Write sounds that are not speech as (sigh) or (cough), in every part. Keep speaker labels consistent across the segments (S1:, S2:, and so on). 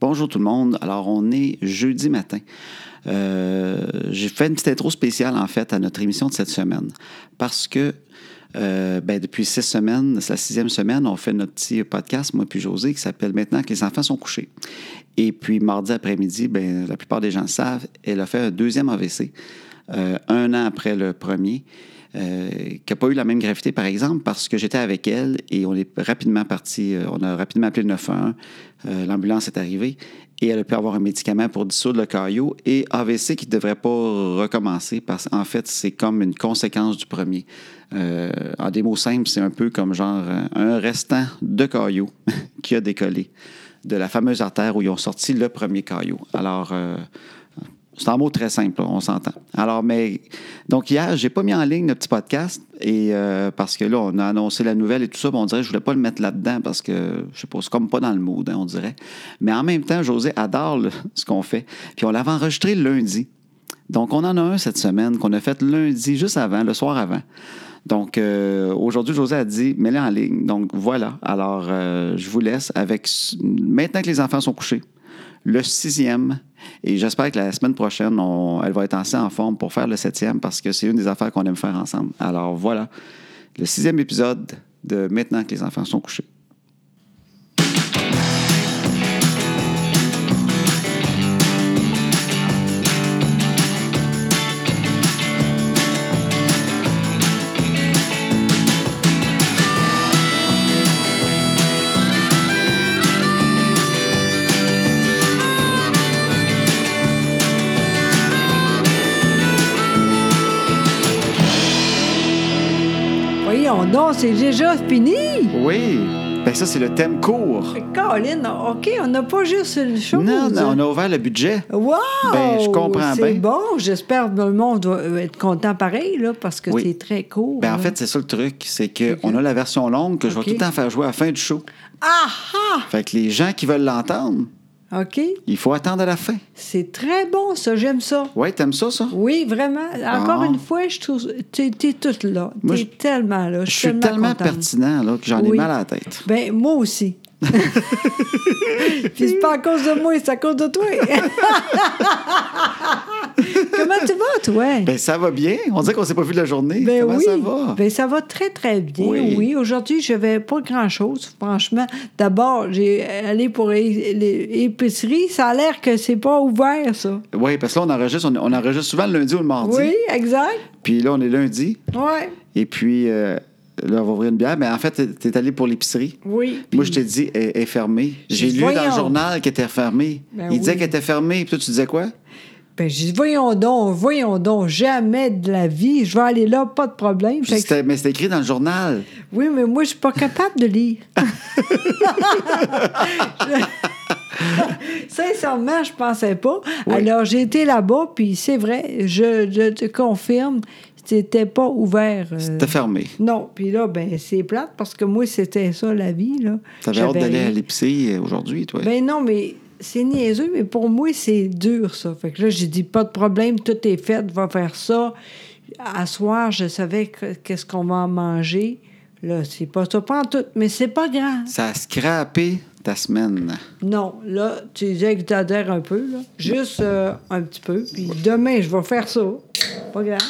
S1: Bonjour tout le monde. Alors, on est jeudi matin. Euh, J'ai fait une petite intro spéciale, en fait, à notre émission de cette semaine. Parce que euh, ben, depuis six semaines, c'est la sixième semaine, on fait notre petit podcast, moi puis José, qui s'appelle Maintenant que les enfants sont couchés. Et puis, mardi après-midi, ben, la plupart des gens le savent, elle a fait un deuxième AVC, euh, un an après le premier. euh, qui n'a pas eu la même gravité, par exemple, parce que j'étais avec elle et on est rapidement parti, euh, on a rapidement appelé le 911, euh, l'ambulance est arrivée et elle a pu avoir un médicament pour dissoudre le caillot et AVC qui ne devrait pas recommencer parce qu'en fait, c'est comme une conséquence du premier. Euh, en des mots simples, c'est un peu comme genre euh, un restant de caillot (laughs) qui a décollé de la fameuse artère où ils ont sorti le premier caillot. Alors, euh, c'est un mot très simple, on s'entend. Alors, mais donc hier, j'ai pas mis en ligne le petit podcast et euh, parce que là, on a annoncé la nouvelle et tout ça, mais on dirait que je voulais pas le mettre là-dedans parce que je sais pas, c'est comme pas dans le mood, hein, on dirait. Mais en même temps, José adore le- (laughs) ce qu'on fait. Puis on l'avait enregistré lundi. Donc, on en a un cette semaine qu'on a fait lundi, juste avant, le soir avant. Donc, euh, aujourd'hui, José a dit, mets-le en ligne. Donc, voilà. Alors, euh, je vous laisse avec, s- maintenant que les enfants sont couchés, le sixième. Et j'espère que la semaine prochaine, on- elle va être assez en forme pour faire le septième parce que c'est une des affaires qu'on aime faire ensemble. Alors, voilà. Le sixième épisode de Maintenant que les enfants sont couchés.
S2: Voyons donc, c'est déjà fini!
S1: Oui. Ben ça, c'est le thème court.
S2: Colin, OK, on n'a pas juste une chose. hein?
S1: Non, non, on a ouvert le budget.
S2: Wow!
S1: Ben, je comprends
S2: C'est
S1: bien.
S2: bon, j'espère que le monde va euh, être content pareil, là, parce que
S1: Oui.
S2: c'est très court.
S1: Ben, en
S2: là.
S1: fait, c'est ça le truc. C'est qu'on a la version longue que je vais
S2: Ok.
S1: tout le temps faire jouer à la fin du show.
S2: Ah
S1: Fait que les gens qui veulent l'entendre,
S2: ah! OK,
S1: il faut attendre à la fin.
S2: c'est très bon, ça, j'aime ça.
S1: Ouais, t'aimes ça, ça?
S2: Oui, vraiment. Encore
S1: Bon.
S2: une fois, je trouve. T'es, t'es toute là.
S1: Ah. Moi,
S2: t'es
S1: je-
S2: tellement là.
S1: Je suis tellement,
S2: contente.
S1: pertinent là, que j'en ai
S2: Oui.
S1: mal à la tête.
S2: Ben, moi
S1: (laughs)
S2: aussi. Puis c'est pas à cause de moi, c'est à cause
S1: (laughs)
S2: de toi. Comment tu vas, toi?
S1: Ben, ça va bien. On dirait qu'on s'est pas vu de la journée.
S2: Ben
S1: Comment
S2: oui.
S1: ça va?
S2: Ben, ça va très, très bien.
S1: Oui.
S2: Oui. Aujourd'hui, je vais pas grand-chose, franchement. D'abord, j'ai allé pour é- l'é- l'épicerie. Ça a l'air que c'est pas ouvert, ça.
S1: Oui, parce que là, on enregistre, on, on enregistre souvent le lundi ou le mardi.
S2: Ben Oui, exact.
S1: Puis là, on est lundi.
S2: Ouais.
S1: Et puis, euh, là, on va ouvrir une bière. Mais en fait, t'es- t'es allé pour l'épicerie.
S2: Oui.
S1: Moi, je t'ai dit, elle elle est fermée. J'ai lu dans le
S2: Voyons.
S1: journal qu'elle était fermée.
S2: Ben
S1: Il disait
S2: oui.
S1: qu'elle était fermée. Puis toi, tu disais quoi?
S2: Ben, j'ai dit, voyons donc, voyons donc, jamais de la vie. Je vais aller là, pas de problème. Fait que-
S1: C'était- mais c'était écrit dans le journal.
S2: Oui, mais moi, je suis pas capable
S1: (laughs)
S2: de lire. (laughs) Sincèrement, je pensais pas.
S1: Oui.
S2: Alors, j'ai été là-bas, puis c'est vrai, je, je te confirme, c'était pas ouvert. euh,
S1: C'était fermé.
S2: non, puis là, ben c'est plate, parce que moi, c'était ça, la vie, là.
S1: T'avais hâte
S2: J'avais
S1: d'aller à
S2: rien.
S1: l'épicerie euh, aujourd'hui, toi.
S2: Ben non, mais c'est niaiseux, mais pour moi, c'est dur, ça. Fait que là, j'ai dit, pas de problème, tout est fait, va faire ça. À soir, je savais que- qu'est-ce qu'on va en manger. Là, c'est pas ça, pas en tout, mais c'est pas grave.
S1: Ça a scrappé ta semaine.
S2: Non, là, tu disais que t'adhères un peu, là. Juste euh, un petit peu. Puis demain, je vais faire ça. Pas grave.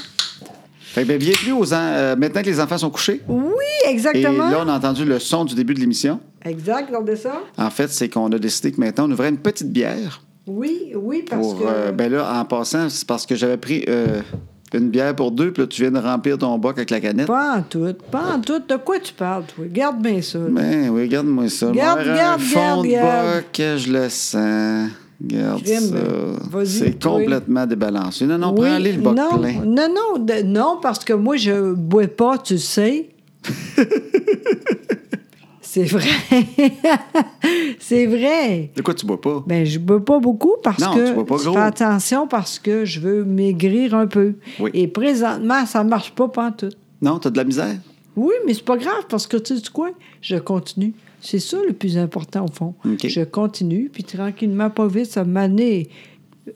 S1: Fait que, ben, bienvenue aux en- euh, maintenant que les enfants sont couchés.
S2: Oui,
S1: Et
S2: exactement.
S1: là, on a entendu le son du début de l'émission.
S2: Exact, regardez ça.
S1: En fait, c'est qu'on a décidé que maintenant, on ouvrait une petite bière.
S2: Oui, oui, parce
S1: Pour,
S2: que...
S1: euh, ben là, en passant, c'est parce que j'avais pris euh, une bière pour deux, puis là, tu viens de remplir ton bac avec la canette.
S2: Pas en tout, pas en tout. De quoi tu parles, toi? Garde bien ça. là.
S1: Ben oui, regarde-moi ça.
S2: Garde,
S1: Moi, un
S2: garde,
S1: fond
S2: garde,
S1: de
S2: garde.
S1: bac, je le sens. Regarde
S2: Crime,
S1: ça.
S2: vas-y,
S1: C'est
S2: toi.
S1: complètement débalancé. Non, non,
S2: Oui,
S1: prends-les le bac
S2: non,
S1: plein.
S2: Non, non, de- non, parce que moi, je bois pas, tu
S1: (laughs)
S2: sais. C'est vrai. (laughs) C'est vrai.
S1: De quoi tu bois pas?
S2: Ben, je bois pas beaucoup parce
S1: Non,
S2: que
S1: tu bois pas
S2: je
S1: gros.
S2: fais attention parce que je veux maigrir un peu.
S1: Oui.
S2: Et présentement, ça marche pas pantoute.
S1: Non, t'as de la misère?
S2: Oui, mais c'est pas grave parce que tu sais quoi? Je continue. C'est ça le plus important au fond.
S1: OK.
S2: Je continue, puis tranquillement, pas vite, ça m'année.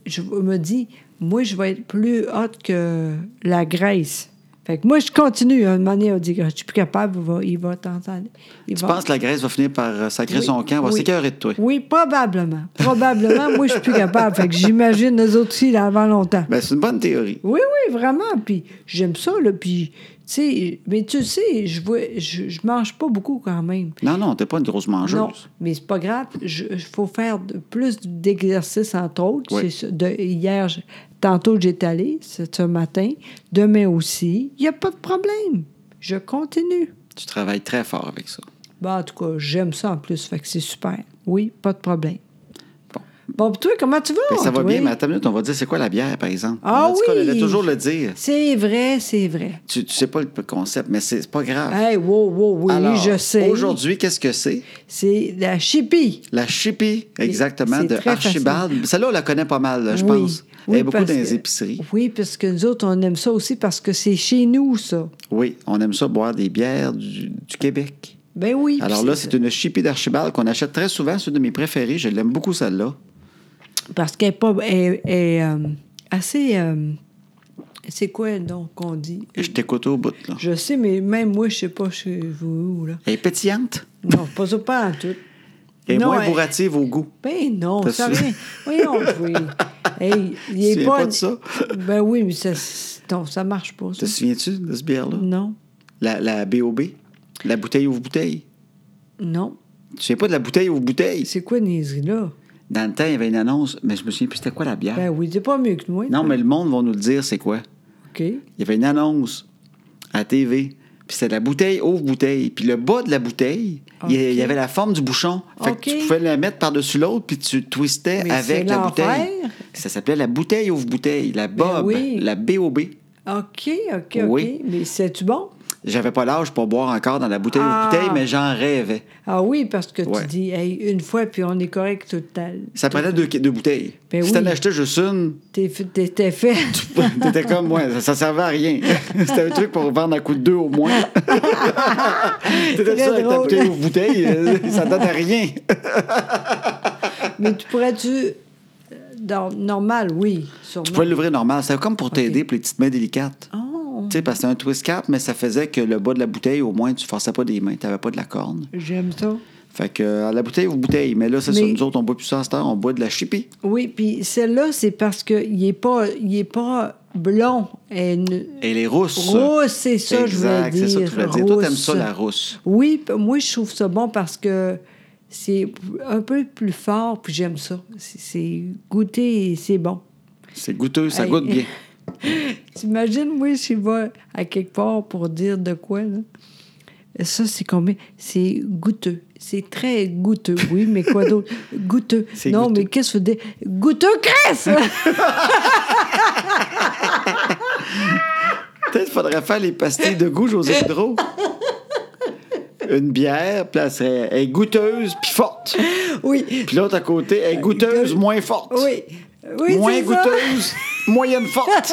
S2: Je me dis, moi, je vais être plus haute que la Grèce. Fait que moi, je continue. À un moment donné, on dit, Ah, je suis plus capable, il va, il va t'entendre. Il
S1: Tu
S2: va-
S1: penses que la Grèce va finir par euh, sacrer
S2: Oui,
S1: son camp, va
S2: oui.
S1: s'écœurer de toi?
S2: Oui, probablement. Probablement, moi, je suis plus capable. Fait que j'imagine les autres aussi, là, avant longtemps.
S1: Ben, c'est une bonne théorie.
S2: Oui, oui, vraiment. Puis j'aime ça, là. Puis, tu sais, mais tu sais, je, vois, je, je mange pas beaucoup quand même.
S1: Non, non, t'es pas une grosse mangeuse.
S2: Non, mais c'est pas grave. Il faut faire de- plus d'exercices, entre autres.
S1: Oui.
S2: C'est ça. De, hier, je- tantôt, j'étais allée, c'est ce matin. Demain aussi. Il n'y a pas de problème. Je continue.
S1: Tu travailles très fort avec ça.
S2: Bon, en tout cas, j'aime ça en plus. Fait que c'est super. Oui, pas de problème.
S1: Bon.
S2: Bon, puis toi, comment tu vas?
S1: Ben, ça va
S2: toi?
S1: bien, mais à ta minute, on va dire c'est quoi la bière, par exemple.
S2: Ah
S1: on a dit qu'on
S2: oui!
S1: allait toujours le dire.
S2: C'est vrai, c'est vrai.
S1: Tu, tu sais pas le concept, mais c'est c'est pas grave.
S2: Hey, wow, wow, Ah oui,
S1: Alors,
S2: je sais.
S1: Aujourd'hui, qu'est-ce que c'est?
S2: C'est la chipie.
S1: La chipie, exactement,
S2: c'est
S1: de
S2: très
S1: Archibald. Celle-là, on la connaît pas mal, là, je
S2: Oui.
S1: pense.
S2: Oui,
S1: Elle est beaucoup
S2: parce
S1: dans les
S2: que-
S1: épiceries.
S2: Oui, parce que nous autres, on aime ça aussi parce que c'est chez nous, ça.
S1: Oui, on aime ça boire des bières du, du Québec.
S2: Ben oui.
S1: Alors
S2: puis
S1: là, c'est une chipie d'Archibald qu'on achète très souvent. C'est une de mes préférées. Je l'aime beaucoup, celle-là.
S2: Parce qu'elle est pas... Elle, elle, euh, assez... euh, c'est quoi, donc, qu'on dit?
S1: Et je t'écoute au bout, là.
S2: Je sais, mais même moi, je sais pas chez vous, où, là.
S1: Elle est pétillante.
S2: Non, pas ça, pas en tout.
S1: Elle est
S2: Non,
S1: moins
S2: elle-
S1: bourrative au goût.
S2: Ben non,
S1: T'as
S2: ça
S1: su-
S2: rien.
S1: (laughs)
S2: Voyons, oui. Hey,
S1: Tu
S2: il
S1: te
S2: est
S1: souviens
S2: pas...
S1: pas de ça?
S2: Ben oui, mais ça, c'est- non, ça marche pas,
S1: Te
S2: ça.
S1: souviens-tu de ce bière-là?
S2: Non,
S1: La, la BOB? La bouteille ouvre bouteille?
S2: non.
S1: Tu te souviens pas de la bouteille ouvre bouteille?
S2: C'est quoi, niaiserie, là?
S1: Dans le temps, il y avait une annonce, mais je me souviens plus c'était quoi la bière.
S2: Ben oui, c'est pas mieux que nous.
S1: Non, mais le monde va nous le dire, c'est quoi?
S2: OK.
S1: Il y avait une annonce à la TV. Puis c'était la bouteille ouvre bouteille. Puis le bas de la bouteille, il y a- il y
S2: Ok.
S1: avait la forme du bouchon. Fait
S2: Ok.
S1: que tu pouvais la mettre par-dessus l'autre, puis tu twistais
S2: Mais c'est
S1: avec la
S2: l'enfer. Ben
S1: bouteille. Ça s'appelait la bouteille ouvre bouteille, la Bob,
S2: oui.
S1: la BOB.
S2: OK, OK,
S1: Oui.
S2: OK. Mais c'est-tu bon?
S1: J'avais pas l'âge pour boire encore dans la bouteille ouvre
S2: Ah.
S1: bouteille, mais j'en rêvais.
S2: Ah oui, parce que
S1: Ouais.
S2: tu dis, hey, une fois, puis on est correct tout le temps.
S1: Ça prenait deux, deux bouteilles.
S2: Ben
S1: si
S2: oui.
S1: t'en achetais juste une, (laughs)
S2: T'es t'étais fait.
S1: T'étais comme moi, ça, ça servait à rien. (laughs) C'était un truc pour vendre un coup de deux au moins. (laughs) T'étais
S2: Très
S1: ça avec ta
S2: drôle.
S1: bouteille aux bouteilles, euh, ça donne à rien.
S2: mais tu pourrais-tu. euh, dans- Normal, oui, sûrement.
S1: Tu pouvais l'ouvrir normal. C'était comme pour t'aider pour les petites mains délicates.
S2: Oh,
S1: Tu sais, parce que c'était un twist cap, mais ça faisait que le bas de la bouteille, au moins, tu forçais pas des mains, t'avais pas de la corne.
S2: j'aime ça.
S1: Fait que euh, la bouteille aux bouteilles. Mais là, c'est
S2: Mais-
S1: ça, nous autres, on boit plus ça à cette heure, on boit de la chipie.
S2: Oui, puis celle-là, c'est parce qu'il n'est pas, il est pas blond. Elle-
S1: Et les rousses.
S2: Rousse, c'est ça, je voulais
S1: Exact,
S2: dire.
S1: c'est ça que tu voulais dire. Toi, t'aimes ça,
S2: Rousse.
S1: la rousse.
S2: Oui, p- moi, je trouve ça bon parce que c'est un peu plus fort, puis j'aime ça. C'est- C'est goûté et c'est bon.
S1: C'est goûteux, ça
S2: Hey.
S1: goûte
S2: (laughs)
S1: bien.
S2: T'imagines, moi, je vais à quelque part pour dire de quoi, là. Ça, c'est combien? C'est goûteux. C'est très goûteux. Oui, mais quoi d'autre?
S1: (laughs)
S2: Goûteux.
S1: C'est
S2: Non,
S1: goûteux.
S2: mais qu'est-ce que vous dites? Goûteux,
S1: (laughs)
S2: Chris!
S1: Peut-être qu'il faudrait faire les pastilles de goût, José Pedro. Une bière, puis là, elle serait- elle est goûteuse, puis forte.
S2: oui.
S1: Puis l'autre à côté, elle est goûteuse, moins forte.
S2: Euh, Oui. Oui,
S1: moins
S2: c'est ça.
S1: goûteuse, moyenne forte.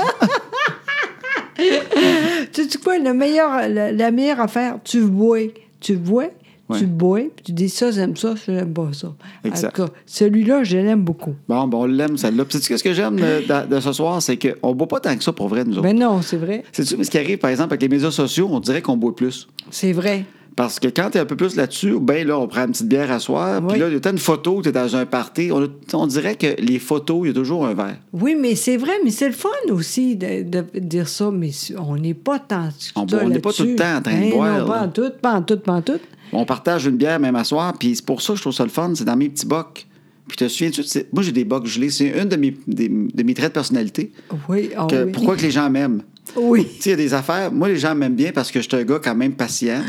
S2: Tu sais quoi, le meilleur, la, la meilleure affaire, tu bois, tu bois,
S1: Ouais.
S2: tu bois, puis tu dis ça, j'aime ça, ça, j'aime pas ça.
S1: Exact.
S2: En tout cas, celui-là, je l'aime beaucoup.
S1: Bon, ben, on l'aime, celle-là. Puis, sais-tu ce que j'aime euh, de, de ce soir? C'est qu'on boit pas tant que ça pour vrai, nous autres.
S2: Mais non, c'est vrai,
S1: Sais-tu mais ce qui arrive, par exemple, avec les médias sociaux, on dirait qu'on boit plus.
S2: c'est vrai.
S1: Parce que quand t'es un peu plus là-dessus, ben là, on prend une petite bière à soir, puis
S2: Oui.
S1: là, t'as une photo, t'es dans un party. On, on dirait que les photos, il y a toujours un verre.
S2: Oui, mais c'est vrai, mais c'est le fun aussi de, de dire ça, mais on n'est pas tant
S1: On bo- Ah, on n'est pas tout le temps en train de boire,
S2: Hein, Non, pas
S1: là.
S2: en tout, pas en tout, pas en tout.
S1: On partage une bière même à soir, puis c'est pour ça que je trouve ça le fun, c'est dans mes petits bocs. Puis te souviens-tu, de ces- moi j'ai des bocs gelés, c'est une de mes, des- de mes traits de personnalité.
S2: Oui, ah
S1: Que-
S2: oui.
S1: Pourquoi que les gens m'aiment?
S2: Oui.
S1: Tu sais, il y a des affaires, moi les gens m'aiment bien parce que je suis un gars quand même patient.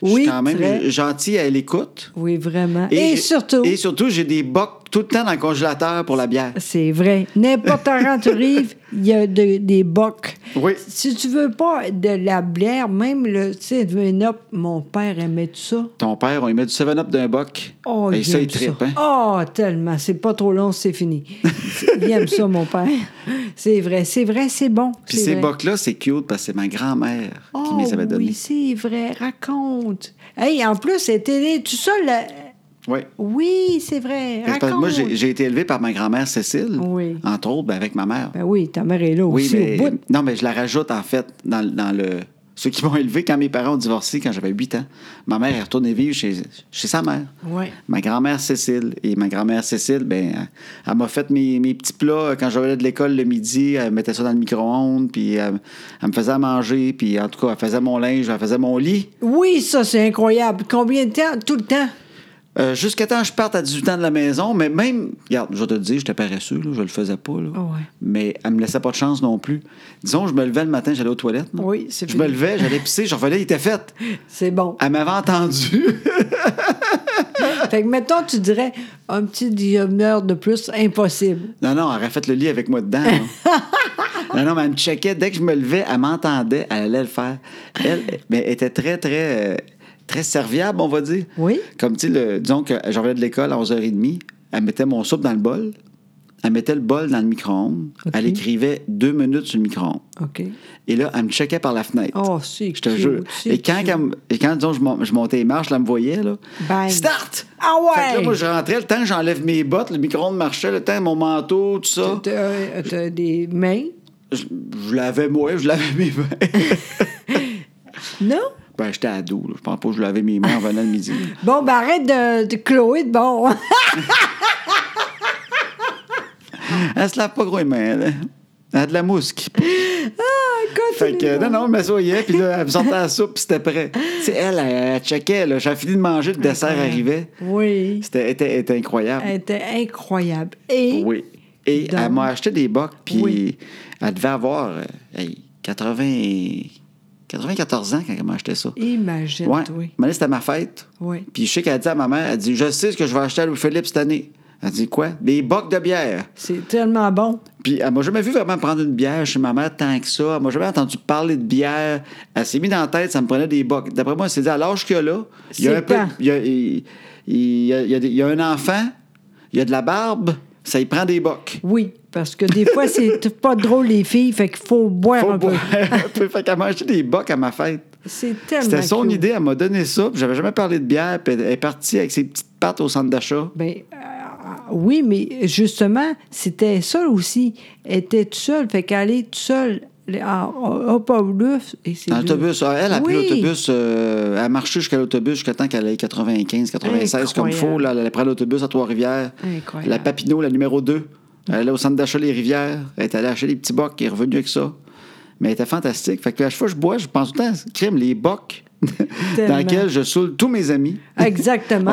S1: je suis
S2: Oui,
S1: quand même
S2: très.
S1: gentil à l'écoute.
S2: Oui, vraiment. Et,
S1: j'ai-
S2: surtout,
S1: Et surtout, j'ai des bocs tout le temps dans le congélateur pour la bière.
S2: c'est vrai,
S1: (laughs)
S2: n'importe quand tu arrives, il y a de- des bocs.
S1: Oui.
S2: Si tu veux pas de la bière, même le, tu sais, du up mon père aimait tout ça.
S1: Ton père, on lui met du 7-up d'un boc.
S2: Oh,
S1: et
S2: il
S1: ça, il
S2: aime
S1: trippe,
S2: ça.
S1: hein?
S2: Oh, tellement. C'est pas trop long,
S1: (laughs)
S2: c'est fini. il aime ça, mon père. C'est vrai, c'est vrai, c'est bon.
S1: Puis
S2: c'est
S1: ces
S2: vrai.
S1: bocs-là, c'est cute parce que c'est ma grand-mère qui
S2: Oh,
S1: me les avait donnés.
S2: oui, c'est vrai. Raconte. Hey, en plus, elle était tout seul.
S1: Oui.
S2: Oui, c'est vrai.
S1: Euh, Parce que moi, j'ai
S2: Raconte.
S1: j'ai été élevé par ma grand-mère Cécile,
S2: Oui.
S1: entre autres, ben, avec ma mère.
S2: Ben oui, ta mère est là
S1: oui,
S2: aussi
S1: mais-
S2: au bout.
S1: non, mais je la rajoute, en fait, dans, le- dans le. Ceux qui m'ont élevé quand mes parents ont divorcé, quand j'avais 8 ans. Ma mère est retournée vivre chez, chez sa mère.
S2: Oui.
S1: Ma grand-mère Cécile. Et ma grand-mère Cécile, ben, elle, elle m'a fait mes, mes petits plats quand j'allais de l'école le midi. Elle mettait ça dans le micro-ondes, puis elle, elle me faisait à manger, puis en tout cas, elle faisait mon linge, elle faisait mon lit.
S2: Oui, ça, c'est incroyable. Combien de temps? Tout le temps.
S1: Euh, Jusqu'à temps que je parte à 18 ans de la maison, mais même, regarde, je vais te le dire, j'étais paresseux, là, je le faisais pas. Là.
S2: Ah ouais.
S1: Mais elle me laissait pas de chance non plus. Disons, je me levais le matin, j'allais aux toilettes. là.
S2: Oui, c'est
S1: Mm. Je me
S2: fini.
S1: levais, j'allais pisser, je revenais, il était fait.
S2: C'est bon.
S1: (laughs) Elle m'avait
S2: (laughs)
S1: entendu.
S2: Fait que mettons, tu dirais un petit demi-heure de plus, impossible.
S1: Non, non, elle aurait fait le lit avec moi dedans.
S2: (laughs)
S1: là. non, non, mais elle me checkait. Dès que je me levais, elle m'entendait, elle allait le faire. Elle, mais elle était très, très, euh, très serviable, on va dire.
S2: Oui.
S1: Comme, tu sais, le- disons que je revenais de l'école à 11h30, elle mettait mon soupe dans le bol, elle mettait le bol dans le micro-ondes,
S2: OK.
S1: elle écrivait deux minutes sur le micro-ondes.
S2: OK.
S1: Et là, elle me checkait par la fenêtre.
S2: Oh, c'est
S1: Je te
S2: cute,
S1: jure.
S2: c'est
S1: Et quand,
S2: cute.
S1: qu'elle me- et quand, disons, je, mon- je montais les marches, là, elle me voyait, là.
S2: Bang.
S1: Start!
S2: Ah ouais!
S1: Fait que là, moi, je rentrais, le temps que j'enlève mes bottes, le micro-ondes marchait, le temps, mon manteau, tout ça.
S2: T'as- euh, T'as des mains?
S1: Je, je l'avais, moi, je l'avais mes mains. (laughs)
S2: Non?
S1: ben, j'étais ado, là. Je pense pas que je l'avais mes mains en venant le midi.
S2: Bon, ben arrête de, de Chloé de bon.
S1: (laughs)
S2: (laughs)
S1: Elle se lave pas gros les mains, elle. Elle a de la mousque. Fait que, euh, non, non, mais soyez, puis là, elle me sortait la soupe, puis c'était prêt. Tu sais, elle, elle, elle checkait, là. J'avais fini de manger, le dessert arrivait.
S2: Oui.
S1: C'était était- était incroyable.
S2: Elle était incroyable. Et
S1: Oui. Et
S2: Donc-
S1: elle m'a acheté des bocs, puis
S2: Oui.
S1: elle devait avoir euh, hey, 80 et- 94 ans quand elle m'a acheté ça.
S2: imagine,
S1: Ouais.
S2: oui.
S1: Mais là, c'était ma fête.
S2: Oui.
S1: Puis je sais qu'elle a dit à ma mère, elle dit, je sais ce que je vais acheter à Louis-Philippe cette année. Elle dit, quoi? Des bocs de bière.
S2: C'est tellement bon.
S1: Puis elle m'a jamais vu vraiment prendre une bière chez ma mère tant que ça. Elle m'a jamais entendu parler de bière. Elle s'est mise dans la tête, ça me prenait des bocs. D'après moi, elle s'est dit, à l'âge qu'il y a là, il y
S2: C'est
S1: a un peu-
S2: quand?
S1: il y a- il- il y a- il y a des- il y a un enfant, il y a de la barbe, ça y prend des bocs.
S2: Oui, parce que des fois, c'est pas drôle, les filles, fait qu'il faut boire
S1: Faut
S2: un
S1: boire
S2: peu.
S1: un peu. Fait qu'elle m'a acheté des bocs à ma fête.
S2: C'est tellement
S1: C'était son
S2: cute.
S1: idée, elle m'a donné ça, puis j'avais jamais parlé de bière, puis elle est partie avec ses petites pattes au centre d'achat.
S2: Ben, euh, oui, mais justement, c'était ça aussi. Elle était toute seule, fait qu'elle est toute seule à- à- au Paulus. et c'est
S1: Dans
S2: le-
S1: l'autobus, Ah, elle a pris
S2: Mmh. Oui.
S1: l'autobus, euh, elle a marché jusqu'à l'autobus jusqu'à temps qu'elle ait 95, 96 comme il
S2: Incroyable.
S1: faut. Là, elle allait prendre l'autobus à Trois-Rivières.
S2: Incroyable.
S1: La Papineau, la numéro 2. Elle allait au centre d'achat Les Rivières. Elle est allée acheter des petits bocs, elle est revenue avec ça. Mais elle était fantastique. Fait que à chaque fois que je bois, je pense tout le temps, crime, les bocs (laughs) dans
S2: Tellement.
S1: lesquels je saoule tous mes amis.
S2: Exactement.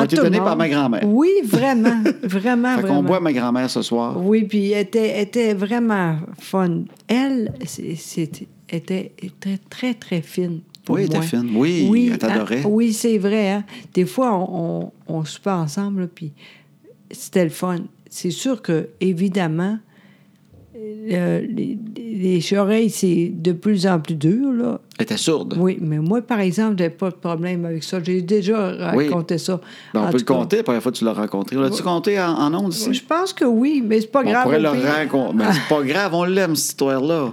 S1: (laughs) Ont été
S2: tout le
S1: donnés par
S2: monde.
S1: ma grand-mère.
S2: Oui, vraiment.
S1: (laughs)
S2: vraiment,
S1: Fait
S2: vraiment.
S1: qu'on boit à ma grand-mère ce soir.
S2: Oui, puis elle était, elle était vraiment fun. Elle, c'est- c'était était était très, très, très fine. pour
S1: Oui, elle était
S2: moi.
S1: fine. Oui, elle t'adorait.
S2: hein, oui, c'est vrai. hein. Des fois, on, on, on soupait ensemble, là, puis c'était le fun. C'est sûr que, évidemment, euh, les, les oreilles, c'est de plus en plus dur, là.
S1: Elle était sourde.
S2: Oui, mais moi, par exemple, j'avais pas de problème avec ça. J'ai déjà
S1: Oui.
S2: raconté ça.
S1: Ben, on
S2: En
S1: peut le
S2: tout cas,
S1: compter la première fois que tu l'as rencontré. L'as-tu compté en, en ondes ici?
S2: Je pense que oui, mais c'est pas
S1: on
S2: grave.
S1: pourrait
S2: au
S1: le
S2: pire.
S1: rencontrer. Mais c'est pas grave, on l'aime, cette histoire-là.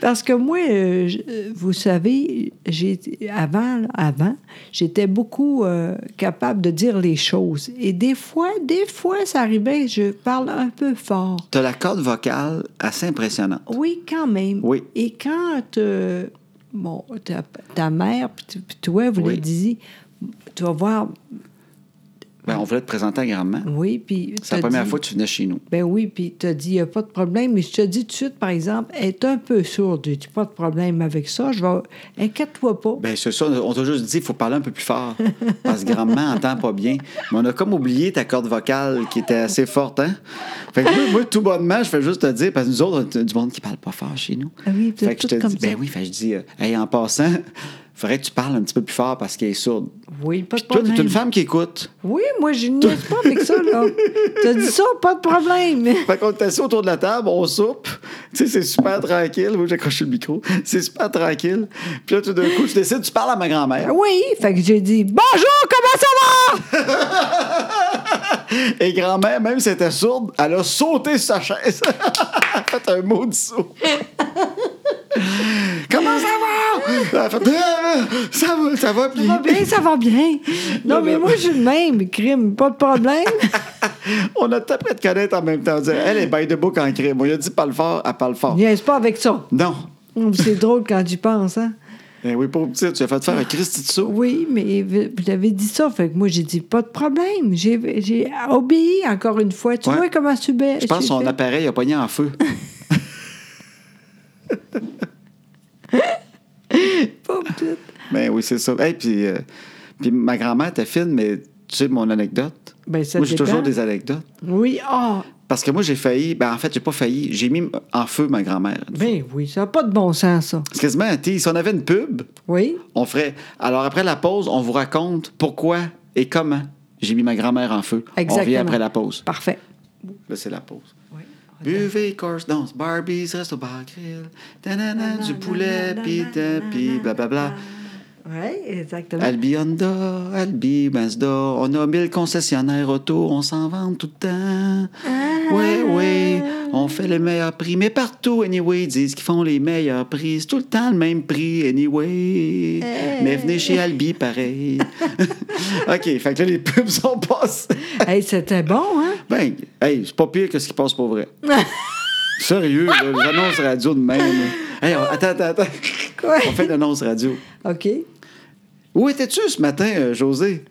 S2: Parce que moi, euh, je- euh, vous savez, j'ai avant, là, avant, j'étais beaucoup euh, capable de dire les choses. Et des fois, des fois, ça arrivait, je parle un peu fort.
S1: T'as la corde vocale assez impressionnante.
S2: Oui, quand même.
S1: Oui.
S2: Et quand euh, bon, ta, ta mère puis tu- puis toi, vous
S1: Oui.
S2: le disiez, tu vas voir,
S1: Ben, on voulait te présenter à grand
S2: oui, puis
S1: C'est la
S2: t'as
S1: première
S2: dit-
S1: fois que tu venais chez nous.
S2: Ben oui, puis tu as dit, il n'y a pas de problème. Mais je te dis tout de suite, par exemple, elle est un peu sourde. J'ai dit, pas de problème avec ça. Je vais. Inquiète-toi pas.
S1: Ben, c'est ça. On t'a juste dit, il faut parler un peu plus
S2: (laughs)
S1: fort. Parce que grand-mère entend pas bien. Mais on a comme oublié ta corde vocale qui était assez forte, hein? Fait que moi, moi, tout bonnement, je fais juste te dire, parce que nous autres, on a du monde qui parle pas fort chez nous.
S2: Ah oui, vous
S1: fait
S2: êtes
S1: que je
S2: toutes
S1: te
S2: comme
S1: dis, ben
S2: ça.
S1: oui, fait que je dis, euh, hey, en passant, faudrait que tu parles un petit peu plus fort parce qu'elle est sourde.
S2: oui, pas de
S1: Toi,
S2: problème.
S1: t'es une femme qui écoute.
S2: Oui, moi, je niaise pas avec ça, (laughs) là. T'as dit ça, pas de problème. Ben
S1: Fait qu'on est assis autour de la table, on soupe. Tu sais, c'est super tranquille. Moi, j'ai accroché le micro. C'est super tranquille. Puis là, tout d'un coup, je décide, tu parles à ma grand-mère.
S2: Oui, fait que j'ai dit Bonjour, comment ça va?
S1: Et grand-mère, même si elle était sourde, elle a sauté sur sa chaise. (laughs) elle a fait un mot de saut. (laughs) Comment ça va? Elle a fait, Ah, ça va, ça va,
S2: Ça
S1: puis
S2: va bien, ça va bien. Non, mais moi, je suis le même. Crime, pas de (laughs) problème.
S1: on a tapé de connaître en même temps. On disait, elle est by de book en crime. On lui a dit, parle fort, elle parle fort.
S2: Niaise pas avec ça.
S1: Non.
S2: Hum, C'est drôle quand tu penses, hein?
S1: Eh oui, pauvre petite, tu as fait faire un Christy de saut.
S2: Oui, mais vous vous avez dit ça. Fait que moi, j'ai dit pas de problème. J'ai j'ai obéi encore une fois. Tu
S1: Ouais.
S2: vois comment tu bais.
S1: Je pense que son appareil a pogné en feu. Ben oui, c'est ça. Hey, puis, euh, puis ma grand-mère était fine, mais tu sais mon anecdote?
S2: Ben, ça
S1: moi, j'ai
S2: dépend.
S1: toujours des anecdotes.
S2: Oui, ah,
S1: Parce que moi, j'ai failli. Ben, en fait, j'ai pas failli. J'ai mis en feu ma grand-mère.
S2: ben oui, ça n'a pas de bon sens, ça.
S1: C'est quasiment un tease. Si on avait une pub,
S2: Oui?
S1: on ferait. Alors, après la pause, on vous raconte pourquoi et comment j'ai mis ma grand-mère en feu. On revient
S2: Exactement.
S1: après la pause.
S2: Parfait.
S1: Là, c'est la pause.
S2: Oui.
S1: Buvez, course, danse, Barbies, resto bar grill, tanana, du poulet, pis puis blablabla.
S2: Oui, exactement.
S1: Albi Honda, Albi Mazda, on a mille concessionnaires auto, on s'en vend tout le temps. Oui, oui, on fait les meilleurs prix, mais partout, anyway, ils disent qu'ils font les meilleurs prix. C'est tout le temps le même prix, anyway. Mais venez chez Albi, pareil. OK, fait que là, les pubs sont passées.
S2: Hey, c'était bon, hein?
S1: Ben, hey, c'est pas pire que ce qui passe pour vrai.
S2: (laughs)
S1: Sérieux, là, les annonces radio de même. là. Hey, on- attends, attends, attends.
S2: Quoi?
S1: On fait une annonce radio.
S2: OK.
S1: Où étais-tu ce matin, euh, José?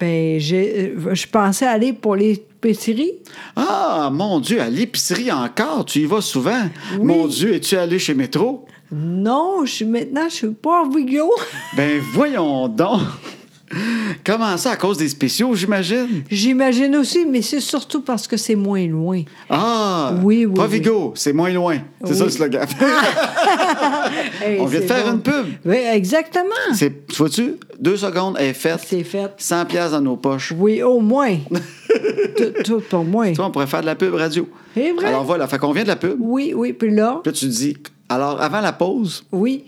S2: Ben, j'ai- euh, je pensais aller pour les pétiries.
S1: Ah, mon Dieu, à l'épicerie encore, tu y vas souvent. Mon Dieu, es-tu allé chez Métro?
S2: Non, je suis maintenant, je suis pas en vidéo.
S1: Ben voyons donc. Comment ça, à cause des spéciaux, j'imagine?
S2: J'imagine aussi, mais c'est surtout parce que c'est moins loin.
S1: Ah,
S2: Oui, oui,
S1: pas
S2: oui.
S1: Vigo, c'est moins loin. C'est ça le
S2: Oui. Ah!
S1: slogan.
S2: Hey,
S1: On vient de
S2: c'est
S1: faire
S2: bon.
S1: une pub.
S2: Oui, exactement.
S1: (laughs) C'est, tu vois-tu, deux secondes, elle est faite.
S2: C'est fait.
S1: 100 piastres dans nos poches.
S2: Oui,
S1: (laughs)
S2: au moins. tout, tout pour moins.
S1: Tu vois, on pourrait faire de la pub radio.
S2: C'est vrai.
S1: Alors voilà, fait qu'on vient de la pub.
S2: Oui, oui, puis là,
S1: Puis là, tu dis, alors avant la pause,
S2: oui.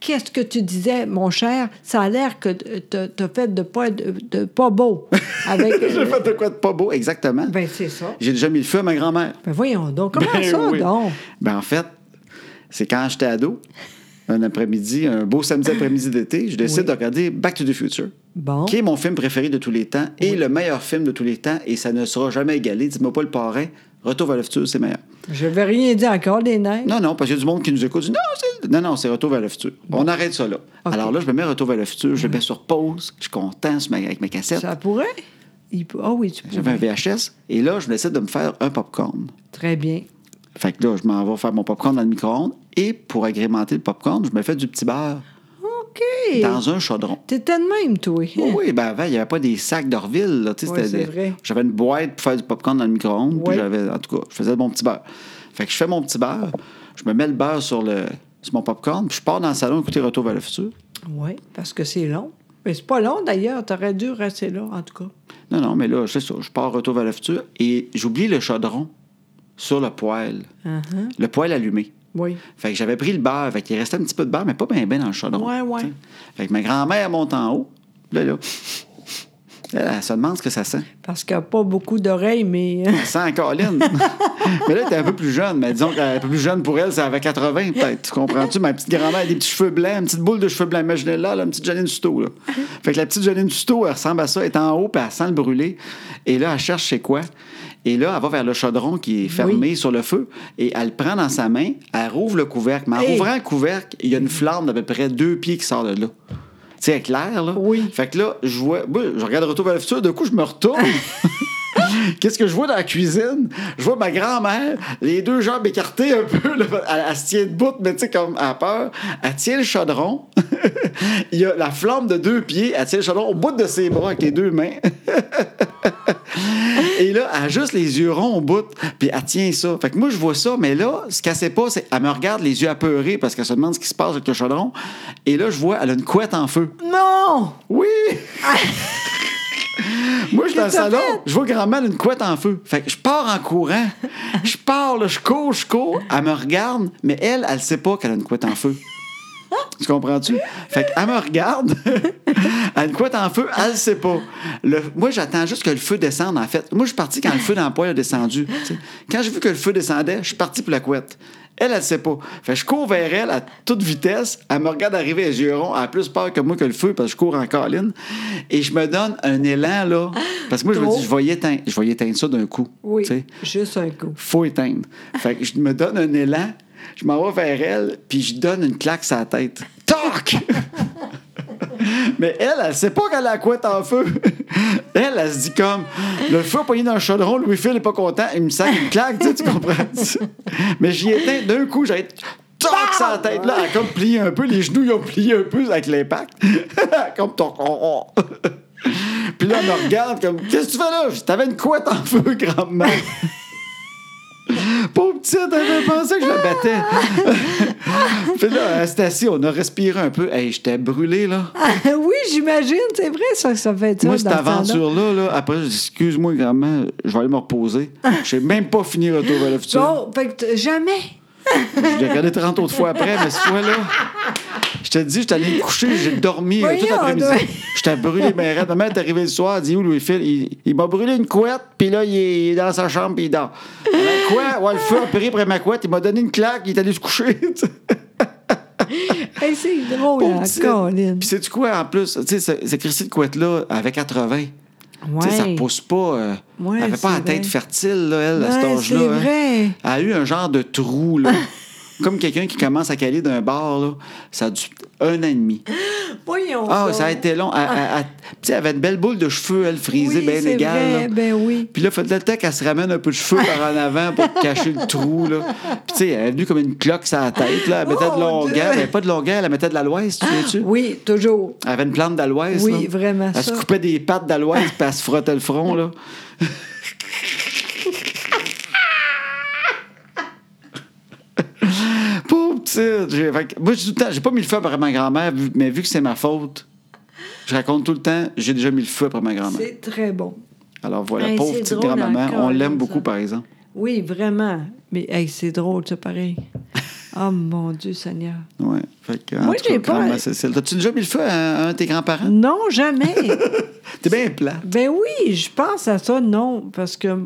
S2: Qu'est-ce que tu disais, mon cher? Ça a l'air que t'as t'as fait de pas, de, de pas beau.
S1: (laughs)
S2: Avec,
S1: j'ai fait de quoi de pas beau, exactement.
S2: ben, c'est ça.
S1: J'ai déjà mis le feu à ma grand-mère.
S2: Ben, voyons donc. Comment
S1: Ben
S2: ça,
S1: oui.
S2: donc?
S1: Ben en fait, c'est quand j'étais ado, un après-midi, un beau samedi après-midi d'été, je décide
S2: Oui.
S1: de regarder Back to the Future,
S2: Bon.
S1: qui est mon film préféré de tous les temps et le meilleur film de tous les temps, et ça ne sera jamais égalé. Dis-moi pas le parrain. Retour vers le futur, c'est meilleur.
S2: Je vais rien dire encore, les neiges.
S1: Non, non, parce qu'il y a du monde qui nous écoute. dit, Non, c'est... non, non, c'est Retour vers le futur. On arrête ça là.
S2: OK.
S1: Alors là, je me mets Retour vers le futur, je le mets sur pause, je suis content sur ma- avec mes cassettes.
S2: Ça pourrait? Il peut- Ah oui, tu
S1: J'avais
S2: pourrais.
S1: un VHS, et là, je décide de me faire un popcorn.
S2: Très bien.
S1: Fait que là, je m'en vais faire mon popcorn dans le micro-ondes, et pour agrémenter le popcorn, je me fais du petit beurre.
S2: OK.
S1: dans un
S2: (laughs)
S1: chaudron.
S2: T'étais de même, toi. hein?
S1: Oui, oui, ben avant, il n'y avait pas des sacs d'Orville. là, tu sais,
S2: Ouais,
S1: c'était
S2: c'est
S1: des-
S2: vrai.
S1: J'avais une boîte pour faire du popcorn dans le micro-ondes. puis
S2: Ouais.
S1: j'avais, en tout cas, je faisais mon petit beurre. Fait que je fais mon petit beurre, je me mets le beurre sur, le, sur mon popcorn, puis je pars dans le salon écouter Retour vers le futur.
S2: Oui, parce que c'est long. Mais c'est pas long, d'ailleurs. T'aurais dû rester là, en tout cas.
S1: Non, non, mais là, c'est ça, je pars Retour vers le futur et j'oublie le chaudron sur le poêle,
S2: Uh-huh.
S1: le poêle allumé.
S2: Oui.
S1: Fait que j'avais pris le beurre, fait qu'il restait un petit peu de beurre, mais pas bien ben dans le chaudron.
S2: Ouais, ouais.
S1: t'sais. Fait que ma grand-mère monte en haut, là, là. Elle, elle se demande ce que ça sent.
S2: Parce qu'il n'y a pas beaucoup d'oreilles, mais... hein?
S1: (laughs) Sans Colin. mais là, elle était un peu plus jeune. Mais disons qu'un peu plus jeune pour elle, ça avait 80, peut-être. Tu comprends-tu? Ma petite grand-mère, elle a des petits cheveux blancs, une petite boule de cheveux blancs. Imaginez-la, là, une petite Janine Suto. Là. Fait que la petite Janine Suto, elle ressemble à ça. Elle est en haut, puis elle sent le brûler. Et là, elle cherche c'est quoi? Et là, elle va vers le chaudron qui est fermé sur le feu et elle le prend dans sa main, elle rouvre le couvercle. Mais en
S2: Hey!
S1: rouvrant le couvercle, il y a une flamme d'à peu près deux pieds qui sort de là. Tu sais, avec l'air, là.
S2: Oui.
S1: Fait que là, je vois. moi, je regarde Retour vers le futur, de coup, je me retourne. Qu'est-ce que je vois dans la cuisine? Je vois ma grand-mère, les deux jambes écartées un peu. là. (laughs) elle, elle se tient debout, mais tu sais, comme à peur. Elle tient le chaudron. (laughs) Il y a la flamme de deux pieds. Elle tient le chaudron au bout de ses bras avec les deux mains. Et là, elle a juste les yeux ronds au bout, puis elle tient ça. Fait que moi, je vois ça, mais là, ce qu'elle sait pas, c'est qu'elle me regarde les yeux apeurés parce qu'elle se demande ce qui se passe avec le chaudron. Et là, je vois, elle a une couette en feu.
S2: Non! (laughs)
S1: Oui! Moi, je suis dans le
S2: Qu'est-ce que t'as
S1: salon, je vois grand-mère une couette en feu. Fait que je pars en
S2: (laughs)
S1: courant. Je pars, là, je cours, je cours. Elle me regarde, mais elle, elle sait pas qu'elle a une couette en feu. Tu comprends-tu? Fait qu'elle me regarde, (laughs) elle couette en feu, elle le sait pas. Le- moi, j'attends juste que le feu descende, en fait. Moi, je suis parti quand le feu dans le poêle a descendu. tu sais. Quand j'ai vu que le feu descendait, je suis parti pour la couette. Elle, elle sait pas. Fait que je cours vers elle à toute vitesse. Elle me regarde arriver les yeux ronds. Elle a plus peur que moi que le feu parce que je cours en colline. Et je me donne un élan, là. Parce que moi, je me
S2: Trop.
S1: dis, je vais y éteindre. Je vais y éteindre ça d'un coup.
S2: Oui,
S1: tu sais
S2: juste un coup.
S1: faut éteindre. Fait que je me donne un élan, je m'en vais vers elle, puis je donne une claque sur la tête. Toc! (laughs) Mais elle, elle sait pas qu'elle a la couette en feu. (laughs) Elle, elle se dit comme le feu a pogné dans le chaudron, Louis-Phil n'est pas content, il me sac une claque, tu, sais, tu comprends? (laughs) Mais j'y éteins d'un coup, j'ai toc sur la tête. Là, elle a comme plié un peu, les genoux ils ont plié un peu avec l'impact. (laughs) comme ton. (laughs) on- on. Puis là, elle me regarde comme Qu'est-ce que tu fais là? Je dis, T'avais une couette en feu, grand-mère. Pauvre petite, elle avait pensé que je la battais.
S2: (laughs)
S1: Puis là, elle s'est assise, on a respiré un peu. Hey, j'étais brûlé, là.
S2: Ah, (laughs) oui, j'imagine, c'est vrai ça que ça fait ça.
S1: Moi, cette
S2: dans ce temps-là.
S1: aventure-là, là, après, je dis, excuse-moi, grand-mère, je vais aller me
S2: (laughs)
S1: reposer. Je n'ai même pas fini Retour vers le futur.
S2: Bon, fait que t- jamais.
S1: Je l'ai regardé 30 autres fois après, mais cette fois-là, je te dis, j'étais allé me coucher, j'ai dormi euh, tout
S2: Voyons,
S1: l'après-midi.
S2: ouais.
S1: J'étais brûlé, mais raide. Ma mère est arrivée le soir, elle dit, où Louis-Phil? Il, il m'a brûlé une couette, puis là, il est, il est dans sa chambre, puis il dort. Ben, quoi? Ouais, le feu a péri après ma couette, il m'a donné une claque, il est allé se coucher. (laughs) tu sais.
S2: Hey, c'est drôle,
S1: Pauvre
S2: hein,
S1: petite.
S2: Colin.
S1: Oh, Puis sais-tu quoi, en plus? Tu sais, ce- cette Christine de Couette-là, elle avait 80. Tu sais, ça
S2: Ouais.
S1: repousse pas. euh,
S2: Ouais,
S1: elle avait pas
S2: c'est
S1: la tête
S2: vrai.
S1: fertile, là, elle, à cet
S2: Ouais,
S1: âge-là.
S2: c'est
S1: hein.
S2: vrai.
S1: Elle a eu un genre de trou,
S2: (laughs)
S1: là. Comme quelqu'un qui commence à caler d'un bar, là. Ça a dû un an et demi.
S2: Voyons.
S1: Ah,
S2: donc.
S1: ça a été long. Elle, elle- elle- tu sais, elle avait une belle boule de cheveux, elle, frisée,
S2: Oui,
S1: bien
S2: c'est
S1: égale.
S2: vrai,
S1: là.
S2: ben oui.
S1: Puis là, fait le temps qu'elle se ramène un peu de cheveux par en avant pour cacher le trou, là. Puis tu sais, elle est venue comme une cloque sur la tête, là. Elle mettait de
S2: Oh, Mon
S1: longueur,
S2: Dieu! Ah,
S1: mais pas de longueur, elle mettait de l'aloise, tu sais-tu?
S2: Oui, toujours.
S1: Elle avait une plante d'aloise.
S2: Oui,
S1: là.
S2: vraiment
S1: Elle se
S2: ça.
S1: coupait des pattes
S2: (laughs)
S1: d'aloise puis elle se frottait le front. Là. Pauvre petite. j'ai- fait que moi, j'ai tout le temps, j'ai pas mis le feu après ma grand-mère, vu- mais vu que c'est ma faute, je raconte tout le temps, j'ai déjà mis le feu après ma grand-mère.
S2: C'est très bon.
S1: Alors voilà,
S2: Hey,
S1: pauvre
S2: c'est
S1: petite
S2: drôle
S1: grand-maman,
S2: encore,
S1: on l'aime
S2: comme
S1: beaucoup,
S2: ça.
S1: par exemple.
S2: Oui, vraiment. Mais hey, c'est drôle,
S1: (laughs)
S2: ça, pareil. Oh mon Dieu, Seigneur.
S1: Ouais. Fait que, en
S2: Moi,
S1: tout cas,
S2: j'ai pas-
S1: grand-mère Cécile, T'as-tu déjà mis le feu à un de tes grands-parents?
S2: Non,
S1: (laughs)
S2: jamais.
S1: T'es bien plat.
S2: ben oui, je pense à ça, non, parce que m-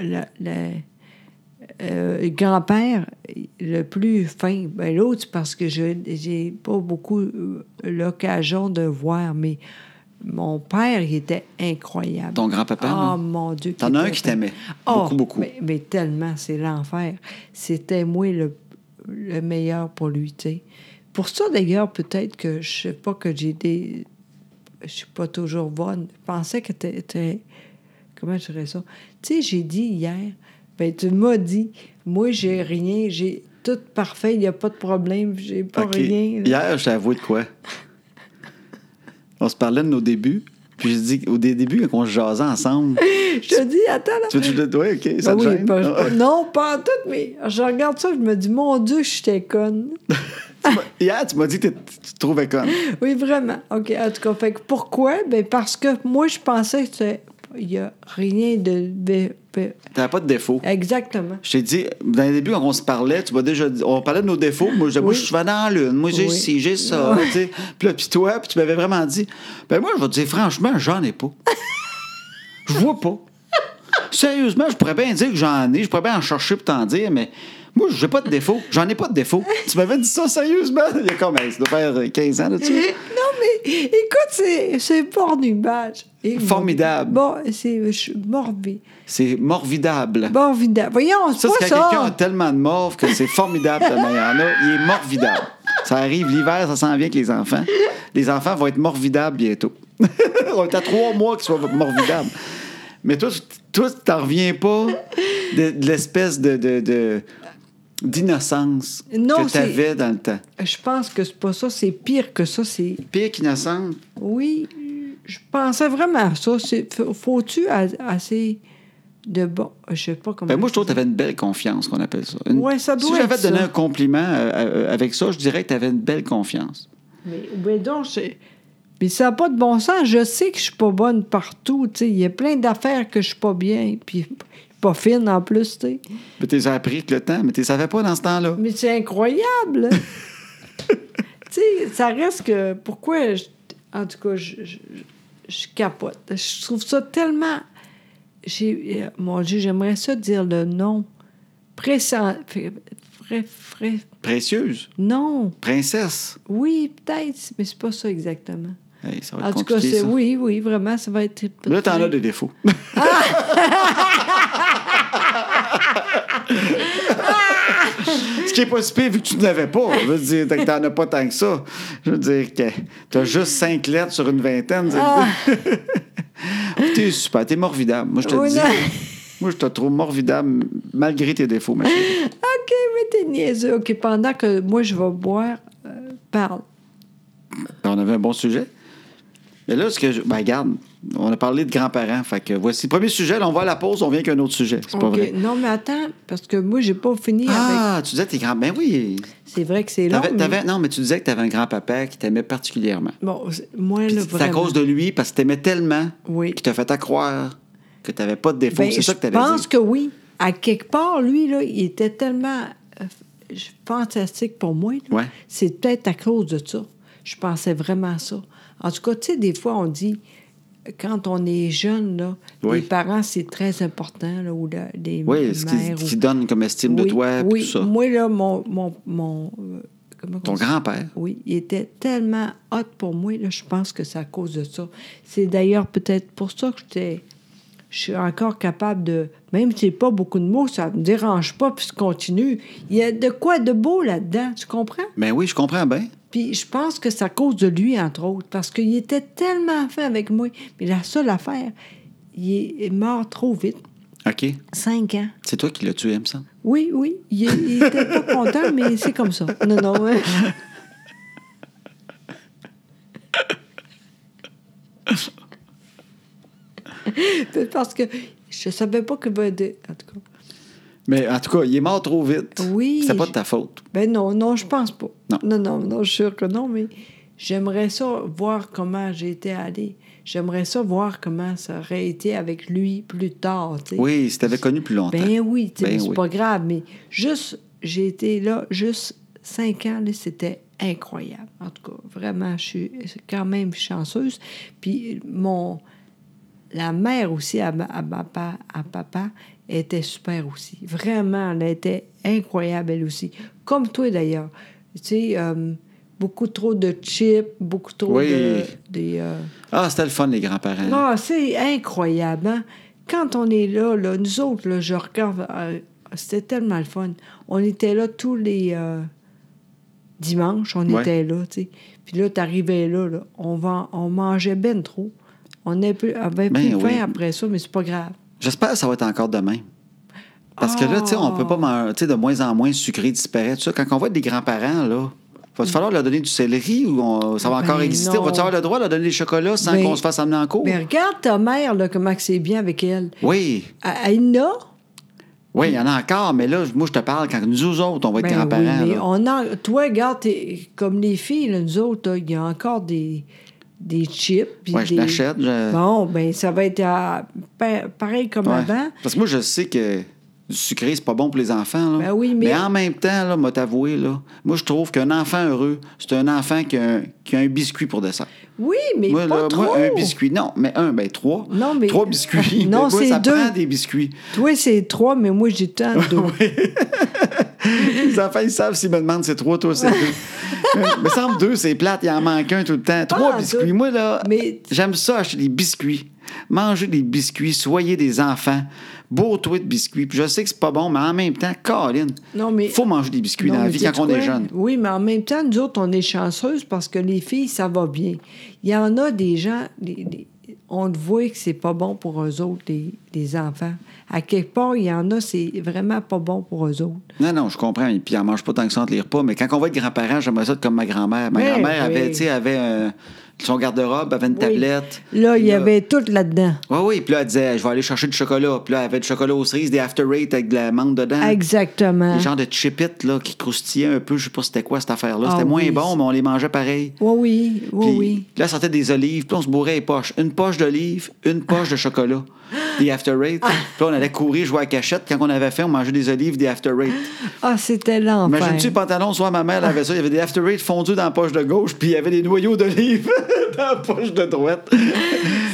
S2: le, le- euh, le grand-père, le plus fin, ben l'autre, c'est parce que je j'ai pas beaucoup euh, l'occasion de voir, mais mon père, il était incroyable.
S1: Ton grand-papa,
S2: Oh
S1: non?
S2: mon Dieu.
S1: T'en
S2: qu'il
S1: as un
S2: était
S1: qui
S2: fin.
S1: t'aimait. beaucoup, beaucoup.
S2: Oh, Mais, mais tellement, c'est l'enfer. C'était moi le, le meilleur pour lui, tu sais. Pour ça, d'ailleurs, peut-être que je sais pas que j'ai des. Je suis pas toujours bonne. Je pensais que t'es. t'es- Comment je dirais ça? Tu sais, j'ai dit hier, ben tu m'as dit, moi, j'ai rien, j'ai tout parfait, il n'y a pas de problème, j'ai pas
S1: Ok.
S2: rien. là.
S1: Hier, je t'ai avoué de quoi? On se parlait de nos débuts. Puis j'ai dit, au dé- début, quand on se jasait ensemble,
S2: Je te dis, attends, là.
S1: tu veux que je le dois, OK, ça
S2: Ben
S1: te
S2: oui,
S1: gêne? (laughs)
S2: pas-
S1: Ah.
S2: non, pas en tout, mais je regarde ça, je me dis, mon Dieu, j'étais conne.
S1: Hier, tu m'as dit que t'es- tu te trouvais conne.
S2: Oui, vraiment. OK, en tout cas, fait que pourquoi? Ben parce que moi, je pensais que c'est- il n'y a rien de... de- de-
S1: T'avais pas de défaut. (laughs)
S2: Exactement.
S1: Je t'ai dit, dans les débuts, quand on se parlait, tu m'as déjà dit, on parlait de nos défauts. Moi, je disais, moi,
S2: Oui.
S1: je suis souvent dans la l'une. Moi, j'ai
S2: Oui.
S1: ci, j'ai ça. tu sais. Puis là, puis toi, puis tu m'avais vraiment dit, ben moi, je vais te dire, franchement, j'en ai pas. Je vois pas. Sérieusement, je pourrais bien dire que j'en ai. Je pourrais bien en chercher pour t'en dire, mais moi, j'ai pas de défaut. J'en ai pas de défaut. Tu m'avais dit ça sérieusement. Il y a comme, hey, ça doit faire 15 ans là-dessus.
S2: Non, mais écoute, c'est, c'est bornubage. Et-
S1: Formidable.
S2: Bon, c'est je suis morbide.
S1: C'est morvidable.
S2: Borvidable. Voyons, c'est
S1: Ça, c'est
S2: pas
S1: quand quelqu'un a
S2: ça.
S1: tellement de morve que c'est formidable tellement il y en a. Il est morvidable. Ça arrive l'hiver, ça s'en vient avec les enfants. Les enfants vont être morvidables bientôt. (laughs) On est à trois mois qu'ils soient morvidables. Mais toi, tu- toi, tu t'en reviens pas de, de l'espèce de, de- de- d'innocence
S2: Non,
S1: que tu
S2: c'est-
S1: avais dans le temps.
S2: Je pense que c'est pas ça. C'est pire que ça. C'est...
S1: Pire qu'innocente,
S2: Oui, je pensais vraiment à ça. C'est... faut- Faut-tu a- assez de bon... Je sais pas comment...
S1: Ben, moi, je trouve que tu avais une belle confiance, qu'on appelle ça. Une-
S2: Ouais, ça doit
S1: si j'avais
S2: être
S1: donné
S2: ça.
S1: un compliment euh, euh, avec ça, je dirais que tu avais une belle confiance.
S2: Mais, mais donc, c'est- mais ça n'a pas de bon sens. Je sais que je suis pas bonne partout. tu sais. Il y a plein d'affaires que je suis pas bien. Puis pas fine en plus. tu sais.
S1: Mais tu les as appris avec le temps, mais tu ne savais pas dans ce temps-là.
S2: Mais c'est incroyable. tu tu sais, ça reste que. Pourquoi. je- en tout cas, je, je, je capote. Je trouve ça tellement. J'ai, euh, mon Dieu, j'aimerais ça dire le nom. Pressant. Frais, frais-
S1: Précieuse,
S2: non.
S1: princesse.
S2: Oui, peut-être, mais c'est pas ça exactement.
S1: Hey, ça va
S2: En
S1: être
S2: tout cas,
S1: compliqué,
S2: c'est
S1: ça.
S2: oui, oui, vraiment, ça va être.
S1: Là, t'en as des
S2: (laughs)
S1: défauts. Ce qui est pas si pire, vu que tu ne l'avais pas. Je veux dire, t'as- t'en as pas tant que ça. Je veux dire que t'as juste cinq lettres sur une vingtaine. c'est-
S2: Ah.
S1: (laughs) T'es super, t'es morvidable. Moi, je te
S2: Oui,
S1: dis.
S2: non.
S1: Moi, je te trouve morvidable malgré tes défauts, ma chérie.
S2: OK, mais t'es niaiseux. OK, pendant que moi, je vais boire, euh, parle.
S1: On avait un bon sujet. Mais là, ce que je. Ben, regarde, on a parlé de grands-parents. Fait que voici. Premier sujet, là, on va à la pause, on vient avec un autre sujet. C'est pas
S2: OK.
S1: vrai.
S2: Non, mais attends, parce que moi, j'ai pas fini avec.
S1: Ah, tu disais tes grands. Ben oui.
S2: C'est vrai que c'est long.
S1: T'avais-
S2: mais-
S1: t'avais- non, mais tu disais que tu avais un grand-papa qui t'aimait particulièrement.
S2: Bon, c'est- moi,
S1: Puis
S2: là,
S1: C'est à
S2: vraiment.
S1: cause de lui, parce que t'aimais tellement
S2: Oui.
S1: qu'il t'a fait accroire que t'avais pas de défaut.
S2: Ben,
S1: c'est ça que
S2: je
S1: t'allais dire.
S2: pense que oui. À quelque part, lui, là, il était tellement euh, je- fantastique pour moi. là.
S1: Ouais.
S2: C'est peut-être à cause de ça. Je pensais vraiment à ça. En tout cas, tu sais, des fois, on dit, quand on est jeune, là,
S1: Oui.
S2: les parents, c'est très important, là, ou la- les
S1: Oui, ce qui,
S2: mères,
S1: qui
S2: ou-
S1: donne comme estime de
S2: Oui,
S1: toi, puis
S2: oui.
S1: tout ça.
S2: Moi, là, mon... mon, mon euh, comment
S1: Ton
S2: on dit?
S1: grand-père.
S2: Oui, il était tellement hot pour moi, là, je pense que c'est à cause de ça. C'est d'ailleurs peut-être pour ça que j'étais- je suis encore capable de... Même si c'est pas beaucoup de mots, ça me dérange pas, puis je continue. Il y a de quoi de beau là-dedans, tu comprends?
S1: Ben oui, je comprends bien.
S2: Puis je pense que c'est à cause de lui, entre autres, parce qu'il était tellement fin avec moi. Mais la seule affaire, il est mort trop vite,
S1: OK.
S2: cinq ans.
S1: C'est toi qui l'as tué, il me semble.
S2: Oui, oui, il, il était pas content, mais c'est comme ça. Non, non, hein. (laughs) Parce que je savais pas que... ben, de- En tout cas,
S1: Mais en tout cas, il est mort trop vite.
S2: Oui,
S1: C'est pas de
S2: je-
S1: ta faute.
S2: ben non, non, je pense pas.
S1: Non.
S2: non, non, non, je suis sûre que non, mais j'aimerais ça voir comment j'étais allée. J'aimerais ça voir comment ça aurait été avec lui plus tard, tu sais.
S1: Oui, si t'avais connu plus longtemps.
S2: Ben oui, tu sais,
S1: Ben
S2: mais c'est
S1: oui.
S2: pas grave, mais juste, j'ai été là juste cinq ans, là, c'était incroyable. En tout cas, vraiment, je suis quand même chanceuse. Puis mon... La mère aussi, à, ma- à papa, à papa, était super aussi. Vraiment, elle était incroyable, elle aussi. Comme toi, d'ailleurs. Tu sais, euh, beaucoup trop de chips, beaucoup trop
S1: Oui.
S2: de... des, euh,
S1: Ah, c'était le fun, les grands-parents.
S2: ah, c'est incroyable. hein? Quand on est là, là, nous autres, là, je regarde, euh, c'était tellement le fun. On était là tous les euh, dimanches, on
S1: Ouais.
S2: était là, tu sais. Puis là, t'arrivais là, là, on, va, on mangeait ben trop. On avait plus, avait
S1: Ben
S2: plus de faim
S1: oui.
S2: après ça, mais c'est pas grave.
S1: J'espère que ça va être encore demain. Parce que là, tu sais, on peut pas
S2: Ah.
S1: manger, tu sais, de moins en moins sucré disparaît, tout ça. Quand on va être des grands-parents, là, va-tu falloir leur donner du céleri ou on- ça va
S2: Mm. Ben
S1: encore exister? On va-tu
S2: non.
S1: avoir le droit de leur donner des chocolats sans
S2: Ben-
S1: qu'on se fasse emmener en cours?
S2: Mais regarde ta mère, là, comment que c'est bien avec elle.
S1: Oui,
S2: À- Elle en a,
S1: oui, il y en a encore, mais là, moi, je te parle quand nous autres, on va être
S2: Ben oui,
S1: grands-parents.
S2: mais
S1: là.
S2: on en- toi, regarde, t'es- comme les filles, là, nous autres, là, il y a encore des, des chips. puis
S1: Ouais, je
S2: des-
S1: l'achète, je-
S2: Bon, ben ça va être à- pa- pareil comme
S1: Ouais.
S2: avant.
S1: Parce que moi, je sais que du sucré, c'est pas bon pour les enfants. Là.
S2: Ben oui, mais-
S1: en même temps, là, m'a t'avoué, là, moi, je trouve qu'un enfant heureux, c'est un enfant qui a un, qui a un biscuit pour dessert.
S2: Oui, mais
S1: Moi,
S2: pas
S1: là,
S2: trop.
S1: moi, un biscuit. Non, mais un, ben trois.
S2: Non, mais-
S1: Trois biscuits.
S2: (laughs) Non,
S1: Moi,
S2: c'est
S1: ça
S2: deux.
S1: prend des biscuits.
S2: Toi, c'est trois, mais moi,
S1: (laughs)
S2: j'ai tant de...
S1: Les enfants, ils savent s'ils me demandent c'est trois, toi, c'est
S2: (laughs)
S1: deux. Il me semble deux, c'est plate, il en manque un tout le temps. Trois
S2: en
S1: biscuits.
S2: tout.
S1: Moi, là,
S2: Mais-
S1: j'aime ça, acheter des biscuits. Manger des biscuits, soyez des enfants. Beau tweet de biscuits. Puis je sais que c'est pas bon, mais en même temps, Colin,
S2: Non, mais-
S1: faut manger des biscuits
S2: Non,
S1: dans la
S2: mais
S1: vie
S2: sais-tu
S1: quand on
S2: quoi?
S1: est jeune.
S2: Oui, mais en même temps, nous autres, on est chanceuses parce que les filles, ça va bien. Il y en a des gens, les- les- on le voit que c'est pas bon pour eux autres, les, les enfants. À quelque part, il y en a, c'est vraiment pas bon pour eux autres.
S1: Non, non, je comprends. Et puis, on mange pas tant que ça entre les repas. Mais quand on va être grand-parents, j'aimerais ça être comme ma grand-mère. Ma
S2: Ben
S1: grand-mère
S2: oui.
S1: avait, tu sais, avait euh, son garde-robe avait une
S2: Oui.
S1: tablette.
S2: Là, il y
S1: Là-
S2: avait tout là-dedans.
S1: Oui, oui. Puis là, elle disait, je vais aller chercher du chocolat. Puis là, elle avait du chocolat aux cerises, des after eight avec de la mangue dedans.
S2: Exactement.
S1: Des genres de chip-it là, qui croustillaient un peu. Je sais pas c'était quoi cette affaire-là.
S2: Ah
S1: c'était moins
S2: oui.
S1: bon, mais on les mangeait pareil.
S2: Oui, oui, oui,
S1: Puis
S2: oui.
S1: là, elle sortait des olives. Puis on se bourrait les poches. Une poche d'olives, une poche de chocolat. Des after eight.
S2: Ah.
S1: Puis là, on allait courir, jouer à la cachette. Quand on avait faim, on mangeait des olives, des after eight.
S2: Ah, c'était l'enfer.
S1: Imagine-tu le pantalon, soit ma mère elle avait ça, il y avait des after eight fondus dans la poche de gauche, puis il y avait des noyaux d'olives (laughs) dans la poche de droite.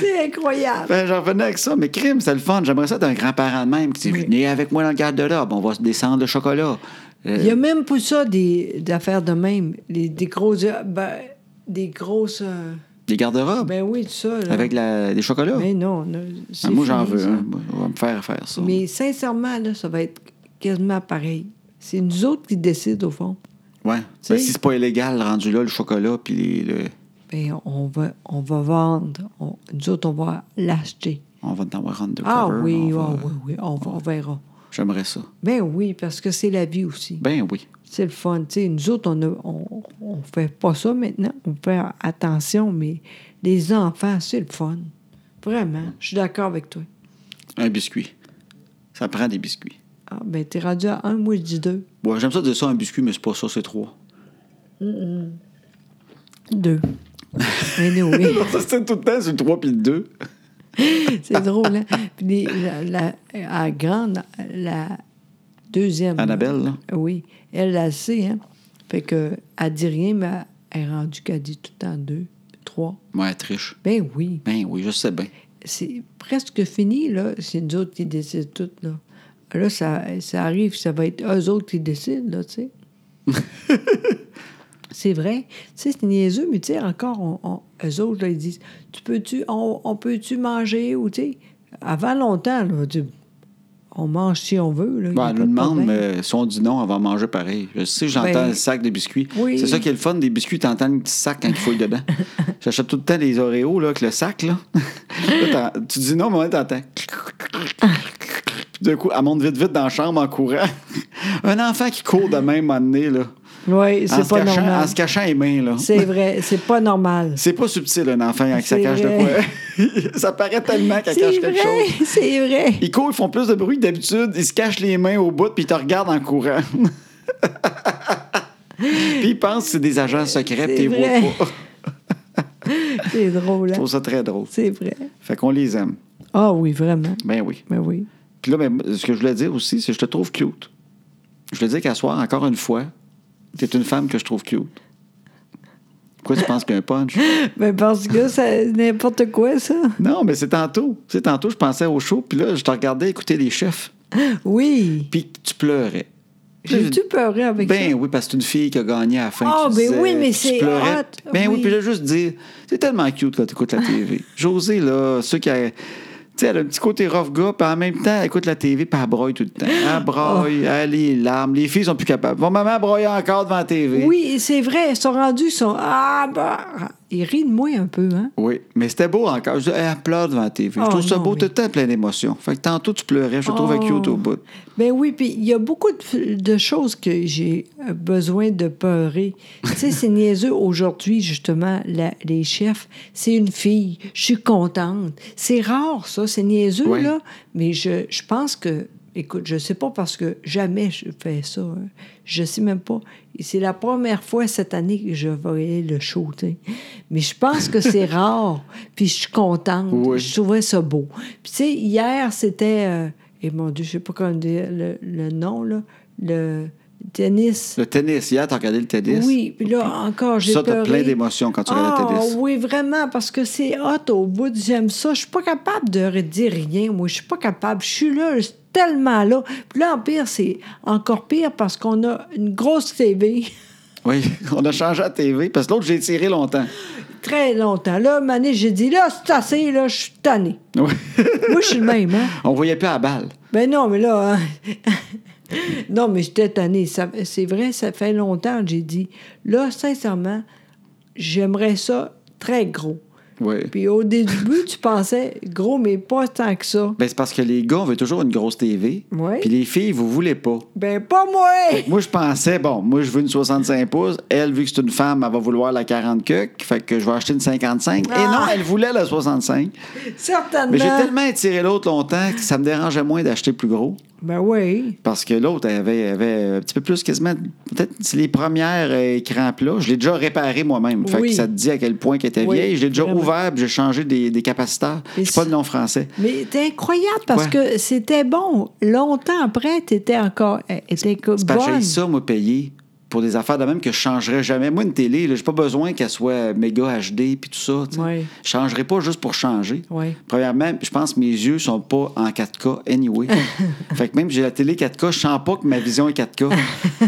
S2: C'est incroyable.
S1: Ben, j'en revenais avec ça. Mais crime, c'est le fun. J'aimerais ça d'un grand-parent de même qui dit
S2: Oui.
S1: Venez avec moi dans le garde-robe, on va se descendre le chocolat. Euh,
S2: Il y a même pour ça des, des affaires de même. Les- des grosses. ben, des grosses. euh,
S1: Des garde-robes
S2: ben oui, tout ça. là.
S1: avec la- des chocolats.
S2: Mais non. là, c'est
S1: Ah, moi, j'en
S2: fini,
S1: veux.
S2: ça.
S1: hein. Moi, On va me faire faire ça.
S2: Mais sincèrement, là, ça va être quasiment pareil. C'est nous autres qui décident, au fond.
S1: Ouais.
S2: sais-
S1: Ben, si c'est pas illégal, rendu là, le chocolat, puis les- le-
S2: Ben, on va, on va vendre. On- nous autres, on va l'acheter.
S1: on va t'en voir undercover.
S2: Ah oui,
S1: on va-
S2: ah oui, oui, on, va- on verra.
S1: J'aimerais ça.
S2: Ben oui, parce que c'est la vie aussi.
S1: Ben oui.
S2: C'est le fun. Tu sais, nous autres, on ne on, on fait pas ça maintenant. On fait attention, mais les enfants, c'est le fun. Vraiment, je suis d'accord avec toi.
S1: Un biscuit. Ça prend des biscuits.
S2: Ah, ben, t'es rendu à un, moi, je dis deux.
S1: Ouais, j'aime ça dire ça, un biscuit, mais c'est pas ça, c'est trois. (laughs)
S2: Deux. (laughs) Mais oui, (laughs)
S1: ça, c'est tout le temps, c'est le trois puis le deux.
S2: c'est drôle, hein? Puis les- la, la- la grande, la deuxième.
S1: Annabelle, là?
S2: Oui, elle, elle sait, hein? Fait que, elle dit rien, mais elle est rendue qu'elle dit tout le temps deux, trois.
S1: Ouais, elle triche.
S2: Ben oui.
S1: Ben oui, je sais bien.
S2: c'est presque fini, là. C'est nous autres qui décident tout, là. Là, ça, ça arrive, ça va être eux autres qui décident, là, tu sais.
S1: (laughs)
S2: c'est vrai. Tu sais, c'est niaiseux, mais tu sais, encore, on, on- eux autres, là, ils disent Tu peux-tu, on, on peut-tu manger ou, tu sais, avant longtemps, là, tu- on mange si on veut, là. y
S1: Ben,
S2: a pas
S1: elle
S2: de
S1: nous demande,
S2: problème.
S1: mais si on dit non, elle va manger pareil. Je sais, j'entends
S2: Ben,
S1: le sac de biscuits.
S2: oui.
S1: C'est ça qui est le fun des biscuits, t'entends le petit sac quand il fouille
S2: (laughs)
S1: dedans. J'achète tout le temps les Oreos là, avec le sac. Là. Là, t'en- tu dis non, mais ouais, t'entends. D'un coup, elle monte vite, vite dans la chambre en courant. (laughs) Un enfant qui court de même à nez, là.
S2: Oui,
S1: En
S2: c'est
S1: se,
S2: pas
S1: cachant, en
S2: normal.
S1: se cachant les mains, là.
S2: C'est vrai, c'est
S1: (laughs)
S2: pas normal.
S1: C'est pas subtil, un enfant, quand ça
S2: C'est
S1: cache
S2: vrai.
S1: de quoi. (laughs) ça paraît tellement qu'elle cache
S2: C'est
S1: quelque chose.
S2: vrai, c'est vrai.
S1: Ils courent, ils font plus de bruit que d'habitude. Ils se cachent les mains au bout, puis ils te regardent en
S2: (laughs)
S1: courant. puis ils pensent que c'est des agents secrets, puis
S2: C'est
S1: ils voient
S2: vrai.
S1: pas.
S2: C'est drôle,
S1: Je
S2: hein?
S1: trouve ça très drôle.
S2: C'est vrai.
S1: Fait qu'on les aime.
S2: Ah oui, vraiment.
S1: Ben oui.
S2: Ben oui.
S1: Puis là, ben, ce que je voulais dire aussi, c'est que je te trouve cute. Je voulais dire qu'à soir, encore une fois, t'es une femme que je trouve cute. Pourquoi tu penses qu'il y a un
S2: (laughs)
S1: punch?
S2: Ben parce que ça n'importe quoi, ça.
S1: Non, mais c'est tantôt. C'est tantôt, je pensais au show, puis là, je te regardais écouter les chefs,
S2: Oui.
S1: puis tu pleurais.
S2: J'ai-tu peuré avec
S1: Ben
S2: ça?
S1: oui, parce que c'est une fille qui a gagné à la fin.
S2: Ah,
S1: tu
S2: ben
S1: disais,
S2: oui, mais
S1: tu
S2: c'est
S1: pleurais.
S2: hot,
S1: Ben oui,
S2: oui.
S1: puis je veux juste dire, c'est tellement cute quand tu écoutes la
S2: (laughs)
S1: TV. Josée, là, ceux qui. a- Tu sais, elle a un petit côté rough gars, puis en même temps, elle écoute la TV, puis elle broye tout le temps.
S2: Oh.
S1: Elle broye, elle est larmes. Les filles sont plus capables. Mon maman broyait encore devant la TV.
S2: Oui, c'est vrai. Ils sont rendus, ils sont... Ah, ben... Ils rient de moi un peu, hein?
S1: Oui, mais c'était beau encore. Je dis, elle pleure devant la TV.
S2: Oh,
S1: je trouve ça
S2: non,
S1: beau,
S2: mais-
S1: tout le temps plein d'émotions. Fait que tantôt, tu pleurais. Je te trouvais
S2: Oh.
S1: cute au bout.
S2: Ben oui, puis il y a beaucoup de, de choses que j'ai euh, besoin de peurer. tu sais, c'est niaiseux aujourd'hui, justement, la- les chefs. C'est une fille, je suis contente. C'est rare, ça, c'est niaiseux,
S1: Ouais.
S2: là. Mais je, je pense que, écoute, je sais pas parce que jamais je fais ça. hein. Je sais même pas. Et C'est la première fois cette année que je voyais le show, tu sais. Mais je pense que c'est (laughs) rare, puis je suis contente.
S1: Oui.
S2: Je trouvais ça beau. Puis, tu sais, hier, c'était. euh, et mon Dieu, je sais pas comment dire le, le nom, là. Le tennis.
S1: Le tennis, hier, t'as regardé le tennis.
S2: Oui, puis là, encore, j'ai
S1: Ça, t'as
S2: pleuré.
S1: plein d'émotions quand tu regardes le
S2: Ah,
S1: tennis.
S2: Oui, vraiment, parce que c'est hot au bout. J'aime ça. Je suis pas capable de dire rien. Moi, je suis pas capable. Je suis là, je suis tellement là. Puis là, en pire, c'est encore pire parce qu'on a une grosse TV.
S1: Oui, (laughs) on a changé la TV, parce que l'autre, j'ai tiré longtemps.
S2: (laughs) Très longtemps. Là, Mané, j'ai dit, là, c'est assez, là, je suis tannée.
S1: Oui. (laughs)
S2: Moi, je suis le même, hein?
S1: On voyait plus à la balle.
S2: Ben non, mais là. hein. (laughs) non, mais j'étais tannée. Ça- C'est vrai, ça fait longtemps que j'ai dit. Là, sincèrement, j'aimerais ça très gros.
S1: Ouais.
S2: Puis au début, tu pensais gros, mais pas tant que ça.
S1: Ben, c'est parce que les gars, on veut toujours une grosse TV.
S2: Ouais.
S1: Puis les filles, vous voulez pas.
S2: Ben, pas
S1: (laughs)
S2: moi!
S1: Moi, je pensais, bon, moi, je veux une 65 pouces. Elle, vu que c'est une femme, elle va vouloir la 40 cuc. Fait que je vais acheter une 55. Et
S2: Ah!
S1: non, elle voulait la 65.
S2: Certainement!
S1: Mais j'ai tellement étiré l'autre longtemps que ça me dérangeait moins d'acheter plus gros.
S2: Ben oui.
S1: Parce que l'autre elle avait, elle avait un petit peu plus quasiment. Peut-être c'est les premières euh, crampes là. Je l'ai déjà réparé moi-même. Fait
S2: Oui.
S1: que ça te dit à quel point qu'elle était
S2: Oui,
S1: vieille. Je l'ai déjà
S2: vraiment.
S1: ouvert puis j'ai changé des, des capaciteurs. Je
S2: Et
S1: suis pas
S2: ça-
S1: de nom français.
S2: Mais c'est incroyable parce
S1: Ouais.
S2: que c'était bon. Longtemps après, t'étais encore. euh, Était co-
S1: C'est parce que
S2: bonne.
S1: j'ai ça, moi, payer pour des affaires de même que je changerais jamais. Moi, une télé, là, j'ai pas besoin qu'elle soit méga HD puis tout ça. tu sais.
S2: Ouais.
S1: Je changerais pas juste pour changer.
S2: Ouais.
S1: Premièrement, je pense que mes yeux sont pas en 4K
S2: (laughs)
S1: anyway. fait que même si j'ai la télé 4K, je sens pas que ma vision est 4K.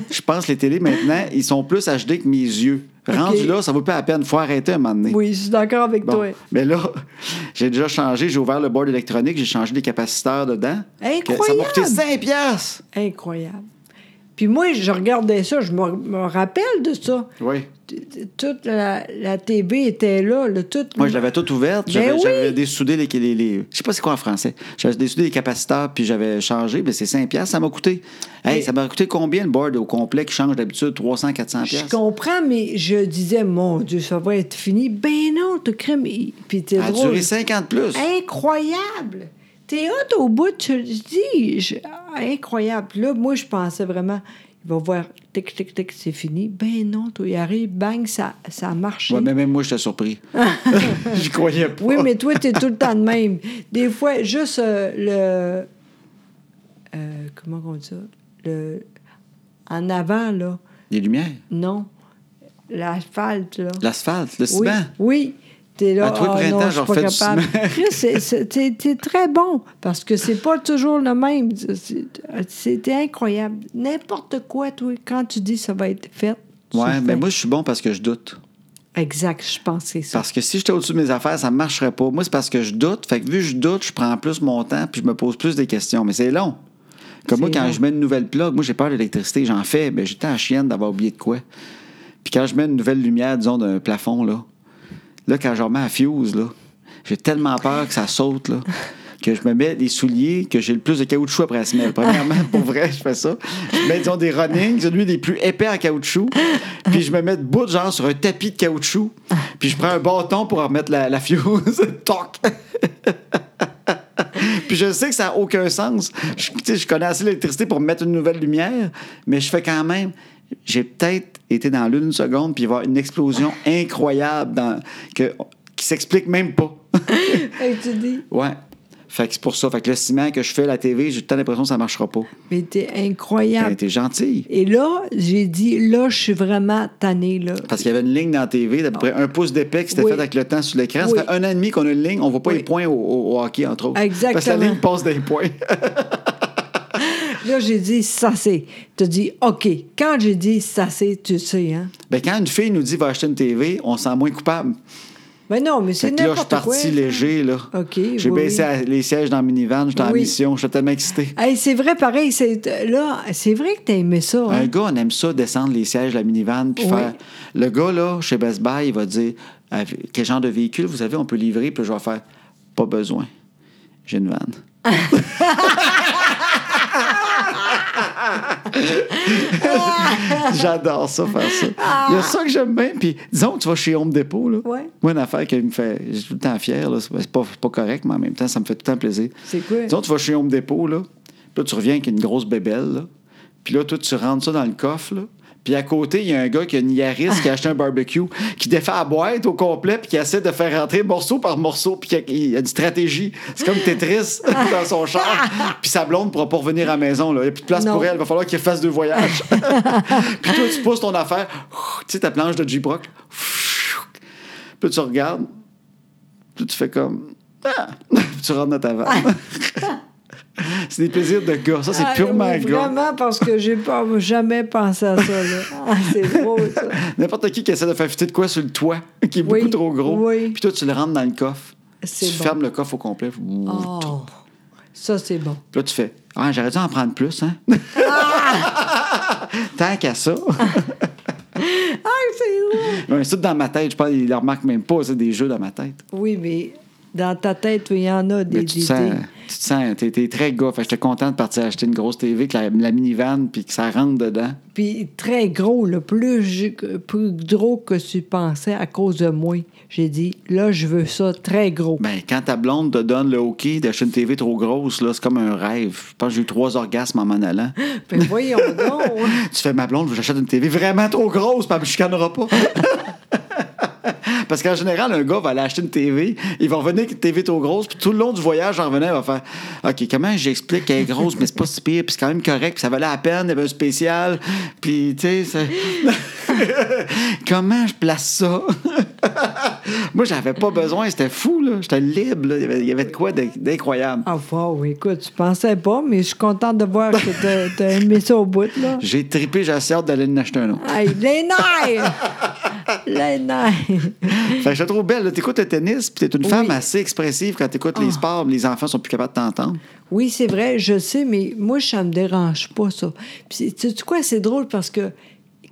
S1: je pense que les télés maintenant, ils sont plus HD que mes yeux. Rendu là, ça vaut pas la peine. Faut arrêter un moment donné.
S2: Oui, je suis d'accord avec
S1: Bon.
S2: toi.
S1: Mais là, (laughs) j'ai déjà changé, j'ai ouvert le board électronique, j'ai changé les capaciteurs dedans. Que Ça m'a coûté
S2: Incroyable!
S1: 5 piastres!
S2: Incroyable. Puis moi, je regardais ça, je me, me rappelle de ça.
S1: Oui.
S2: T- t- Toute la, la TV était là, le tout.
S1: Moi, je l'avais toute ouverte. J'avais
S2: Ben oui!
S1: j'avais dessoudé les, les, les- Je sais pas c'est quoi en français. J'avais dessoudé les capaciteurs, puis j'avais changé. Mais c'est 5 piastres, ça m'a coûté. Hey,
S2: Mais-
S1: ça m'a coûté combien le board au complet qui change d'habitude 300, 400
S2: Je
S1: piastres?
S2: comprends, mais je disais, mon Dieu, ça va être fini. Ben non, tu crème. Puis t'es
S1: Ça a
S2: drôle.
S1: duré 50 plus.
S2: Incroyable! T'es hot au bout, tu le dis. Je- Incroyable. Là, moi, je pensais vraiment, il va voir, tic, tic, tic, c'est fini. Ben non, toi, il arrive, bang, ça, ça a marché.
S1: Ouais, mais même moi, j'étais
S2: (laughs)
S1: surpris. J'y croyais pas.
S2: Oui, mais toi, t'es tout le temps de même. Des fois, juste euh, le. euh, comment on dit ça? Le. En avant, là.
S1: Les lumières,
S2: Non. L'asphalte, là.
S1: l'asphalte, le
S2: Oui,
S1: ciment.
S2: oui. T'es là,
S1: À tous les
S2: ah
S1: printemps,
S2: non,
S1: je
S2: je suis pas
S1: refais du
S2: capable.
S1: ciment.
S2: Chris, c'est- c'est- t'es t'es très bon, parce que c'est pas toujours le même. C'est- C'était incroyable. N'importe quoi, toi, quand tu dis ça va être fait. tu
S1: Ouais,
S2: le
S1: mais
S2: fais.
S1: moi, je suis bon parce que je doute.
S2: Exact, je pense que c'est ça.
S1: Parce que si j'étais au-dessus de mes affaires, ça ne marcherait pas. Moi, c'est parce que je doute. Fait que vu que je doute, je prends plus mon temps puis je me pose plus des questions. Mais c'est long. Comme moi,
S2: C'est
S1: quand
S2: long.
S1: je mets une nouvelle plug, moi, j'ai peur de l'électricité. J'en fais. mais j'étais en chienne d'avoir oublié de quoi. Puis quand je mets une nouvelle lumière, disons, d'un plafond, là, là, quand je remets à fuse, là, j'ai tellement peur que ça saute, là, que je me mets des souliers, que j'ai le plus de caoutchouc après la semelle. Premièrement, pour vrai, je fais ça. Je mets, disons, des running, celui des plus épais en caoutchouc, puis je me mets debout, genre, sur un tapis de caoutchouc, puis je prends un bâton pour remettre la, la fuse. (laughs) Toc! Puis je sais que ça n'a aucun sens. Je, tu sais, je connais assez l'électricité pour mettre une nouvelle lumière, mais je fais quand même. J'ai peut-être été dans l'une seconde, puis il va y avoir une explosion incroyable dans, que, qui s'explique même pas. (laughs)
S2: Hey, tu dis,
S1: ouais. Fait que c'est pour ça. Fait que le ciment que je fais à la TV, j'ai tant l'impression que ça ne marchera pas. Ben,
S2: mais t'es
S1: Elle
S2: incroyable.
S1: était gentille.
S2: Et là, j'ai dit, là, je suis vraiment tannée, là.
S1: Parce qu'il y avait une ligne dans la TV d'à peu près un pouce d'épais qui s'était
S2: Oui.
S1: faite avec le temps sur l'écran.
S2: Oui.
S1: Ça fait un an et demi qu'on a une ligne, on ne voit pas
S2: Oui.
S1: les points au, au- au hockey, entre autres. Parce que la
S2: Exactement.
S1: ligne passe des points. (laughs)
S2: Là, j'ai dit, ça c'est. T'as dit, OK. Quand j'ai dit, ça c'est, tu sais, hein.
S1: ben, quand une fille nous dit va acheter une TV, on se sent moins coupable.
S2: Mais non, mais
S1: Fait
S2: c'est
S1: que là, je suis
S2: n'importe quoi.
S1: parti léger, là.
S2: OK,
S1: J'ai
S2: oui,
S1: baissé
S2: oui.
S1: à- les sièges dans le minivan, j'étais en
S2: Oui.
S1: mission, j'étais tellement excité.
S2: Hey, c'est vrai, pareil. C'est, là, c'est vrai que t'as aimé ça. hein.
S1: Un gars, on aime ça, descendre les sièges de la minivan, puis
S2: Oui.
S1: faire... Le gars, là, chez Best Buy, il va dire, Avez- quel genre de véhicule, vous savez, on peut livrer, puis je vais faire, pas besoin, j'ai une vanne.
S2: (laughs)
S1: J'adore ça, faire ça. Il y a ça que j'aime bien. Puis, disons, que tu vas chez Home Depot. Là.
S2: Ah. Ouais.
S1: Moi, une affaire qui me fait. Je suis tout le temps fier. là. C'est pas, c'est pas- pas correct, mais en même temps, ça me fait tout le temps plaisir.
S2: C'est quoi?
S1: Disons, tu vas chez Home Depot. Là. Puis là, tu reviens avec une grosse bébelle. Là. Puis là, toi, tu rentres ça dans le coffre. Là. Puis à côté, il y a un gars qui a une Yaris qui a acheté un barbecue, qui défait la boîte au complet, puis qui essaie de faire rentrer morceau par morceau, puis il y a une stratégie. C'est comme Tetris (laughs) dans son char. Puis sa blonde ne pourra pas revenir à la maison. Là. Il n'y a plus de place
S2: Non.
S1: pour elle. Il va falloir qu'elle fasse deux voyages. Puis toi, tu pousses ton affaire, tu sais, ta planche de J-Brock. Puis tu regardes, puis tu fais comme. Ah! (laughs) Puis tu rentres dans ta
S2: (laughs)
S1: vanne. c'est des plaisirs de gars. Ça, c'est
S2: Ah,
S1: purement
S2: oui,
S1: gars.
S2: Vraiment, parce que j'ai pas jamais pensé à ça.
S1: (laughs)
S2: Là. Ah, c'est drôle, ça.
S1: N'importe qui qui essaie de faire fitter de quoi sur le toit, (laughs) qui est
S2: Oui,
S1: beaucoup trop gros.
S2: oui.
S1: Puis toi, tu le rentres dans le coffre. Tu
S2: C'est bon.
S1: fermes le coffre au complet.
S2: Oh, ça, c'est bon.
S1: Puis là, tu fais Ah, (laughs) j'aurais dû en prendre plus, hein? Tant qu'à ça.
S2: Ah, c'est drôle!
S1: Ouais, c'est tout dans ma tête. Je pense qu'ils ne le remarquent même pas. C'est des jeux dans ma tête.
S2: Oui, mais dans ta tête, il y en a des
S1: Mais tu te sens,
S2: idées.
S1: tu te sens, t'es, t'es très gars. Fait que j'étais content de partir acheter une grosse TV, que la, la minivan, puis que ça rentre dedans.
S2: Puis très gros, le plus, ju- plus gros que tu pensais à cause de moi. J'ai dit, là, je veux ça très
S1: (laughs)
S2: gros.
S1: Ben, quand ta blonde te donne le hockey d'acheter une TV trop grosse, là, c'est comme un rêve. Je pense que j'ai eu trois orgasmes en m'en allant.
S2: Ben, voyons donc! (laughs)
S1: Tu fais ma blonde, j'achète une TV vraiment trop grosse, puis elle me chicanera pas. (laughs) Parce qu'en général, un gars va aller acheter une TV, il va revenir avec une TV trop grosse, puis tout le long du voyage, en revenant, il va faire OK, comment j'explique qu'elle est grosse, mais c'est pas si pire, puis c'est quand même correct, puis ça valait la peine, il y avait un spécial, puis tu sais, c'est- (laughs) comment je place ça (laughs) Moi, j'avais pas besoin, c'était fou, là, j'étais libre, là. Il, y avait, il y avait de quoi d'inc- d'incroyable.
S2: Ah, wow, écoute, je pensais pas, mais je suis contente de voir que t'as- t'as aimé ça au bout,
S1: (laughs)
S2: là.
S1: J'ai tripé, j'ai assez hâte d'aller en acheter un autre.
S2: Hey, les nerfs! les nerfs!
S1: Fait que je te trouve belle. là. T'écoutes le tennis, puis t'es une
S2: Oui. Ah.
S1: femme assez expressive quand t'écoutes les sports, puis les enfants sont plus capables de t'entendre.
S2: Oui, c'est vrai, je sais, mais moi, ça me dérange pas, ça. Puis, tu sais quoi, c'est drôle parce que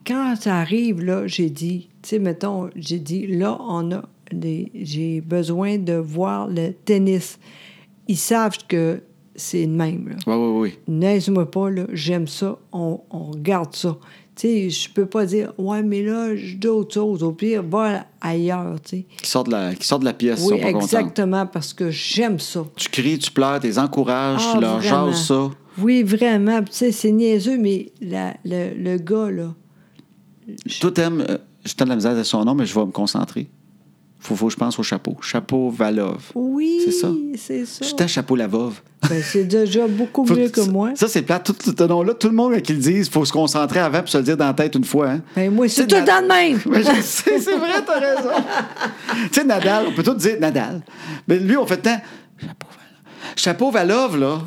S2: quand ça arrive, là, j'ai dit, tu sais, mettons, j'ai dit, là, on a des. J'ai besoin de voir le tennis. Ils savent que c'est le même, là.
S1: Oui, oui, oui.
S2: niaise-moi pas, là, j'aime ça, on, on regarde ça. Tu sais, je peux pas dire, ouais, mais là, j'ai d'autres choses. Au pire, va ailleurs, tu sais.
S1: Qui sortent de la, qui sortent de la pièce, ils
S2: Oui,
S1: sont pas contents.
S2: exactement, parce que j'aime ça.
S1: Tu cries, tu pleures, tu les encourages,
S2: Ah,
S1: tu leur
S2: vraiment.
S1: jases ça.
S2: Oui, vraiment. Puis, Tu sais, c'est niaiseux, mais la- le, le gars, là.
S1: Toi, t'aimes. euh, je t'aime la misère de son nom, mais je vais me concentrer. Faut, faut que je pense au chapeau. Chapeau Valov.
S2: Oui,
S1: C'est ça.
S2: c'est ça.
S1: J'étais chapeau Lavov.
S2: Ben, c'est déjà beaucoup
S1: Faut
S2: mieux que
S1: ça-
S2: moi.
S1: Ça, c'est plat. Tout ce nom-là, tout le monde, qui le disent, faut se concentrer avant puis se le dire dans la tête une fois. hein.
S2: Ben, moi, c'est
S1: C'est
S2: tout
S1: de
S2: le
S1: la-
S2: temps de même.
S1: Mais je sais, c'est vrai, t'as raison. tu sais, Nadal, on peut tout dire Nadal. Mais lui, on fait tant. Chapeau Valov,
S2: (laughs)
S1: là.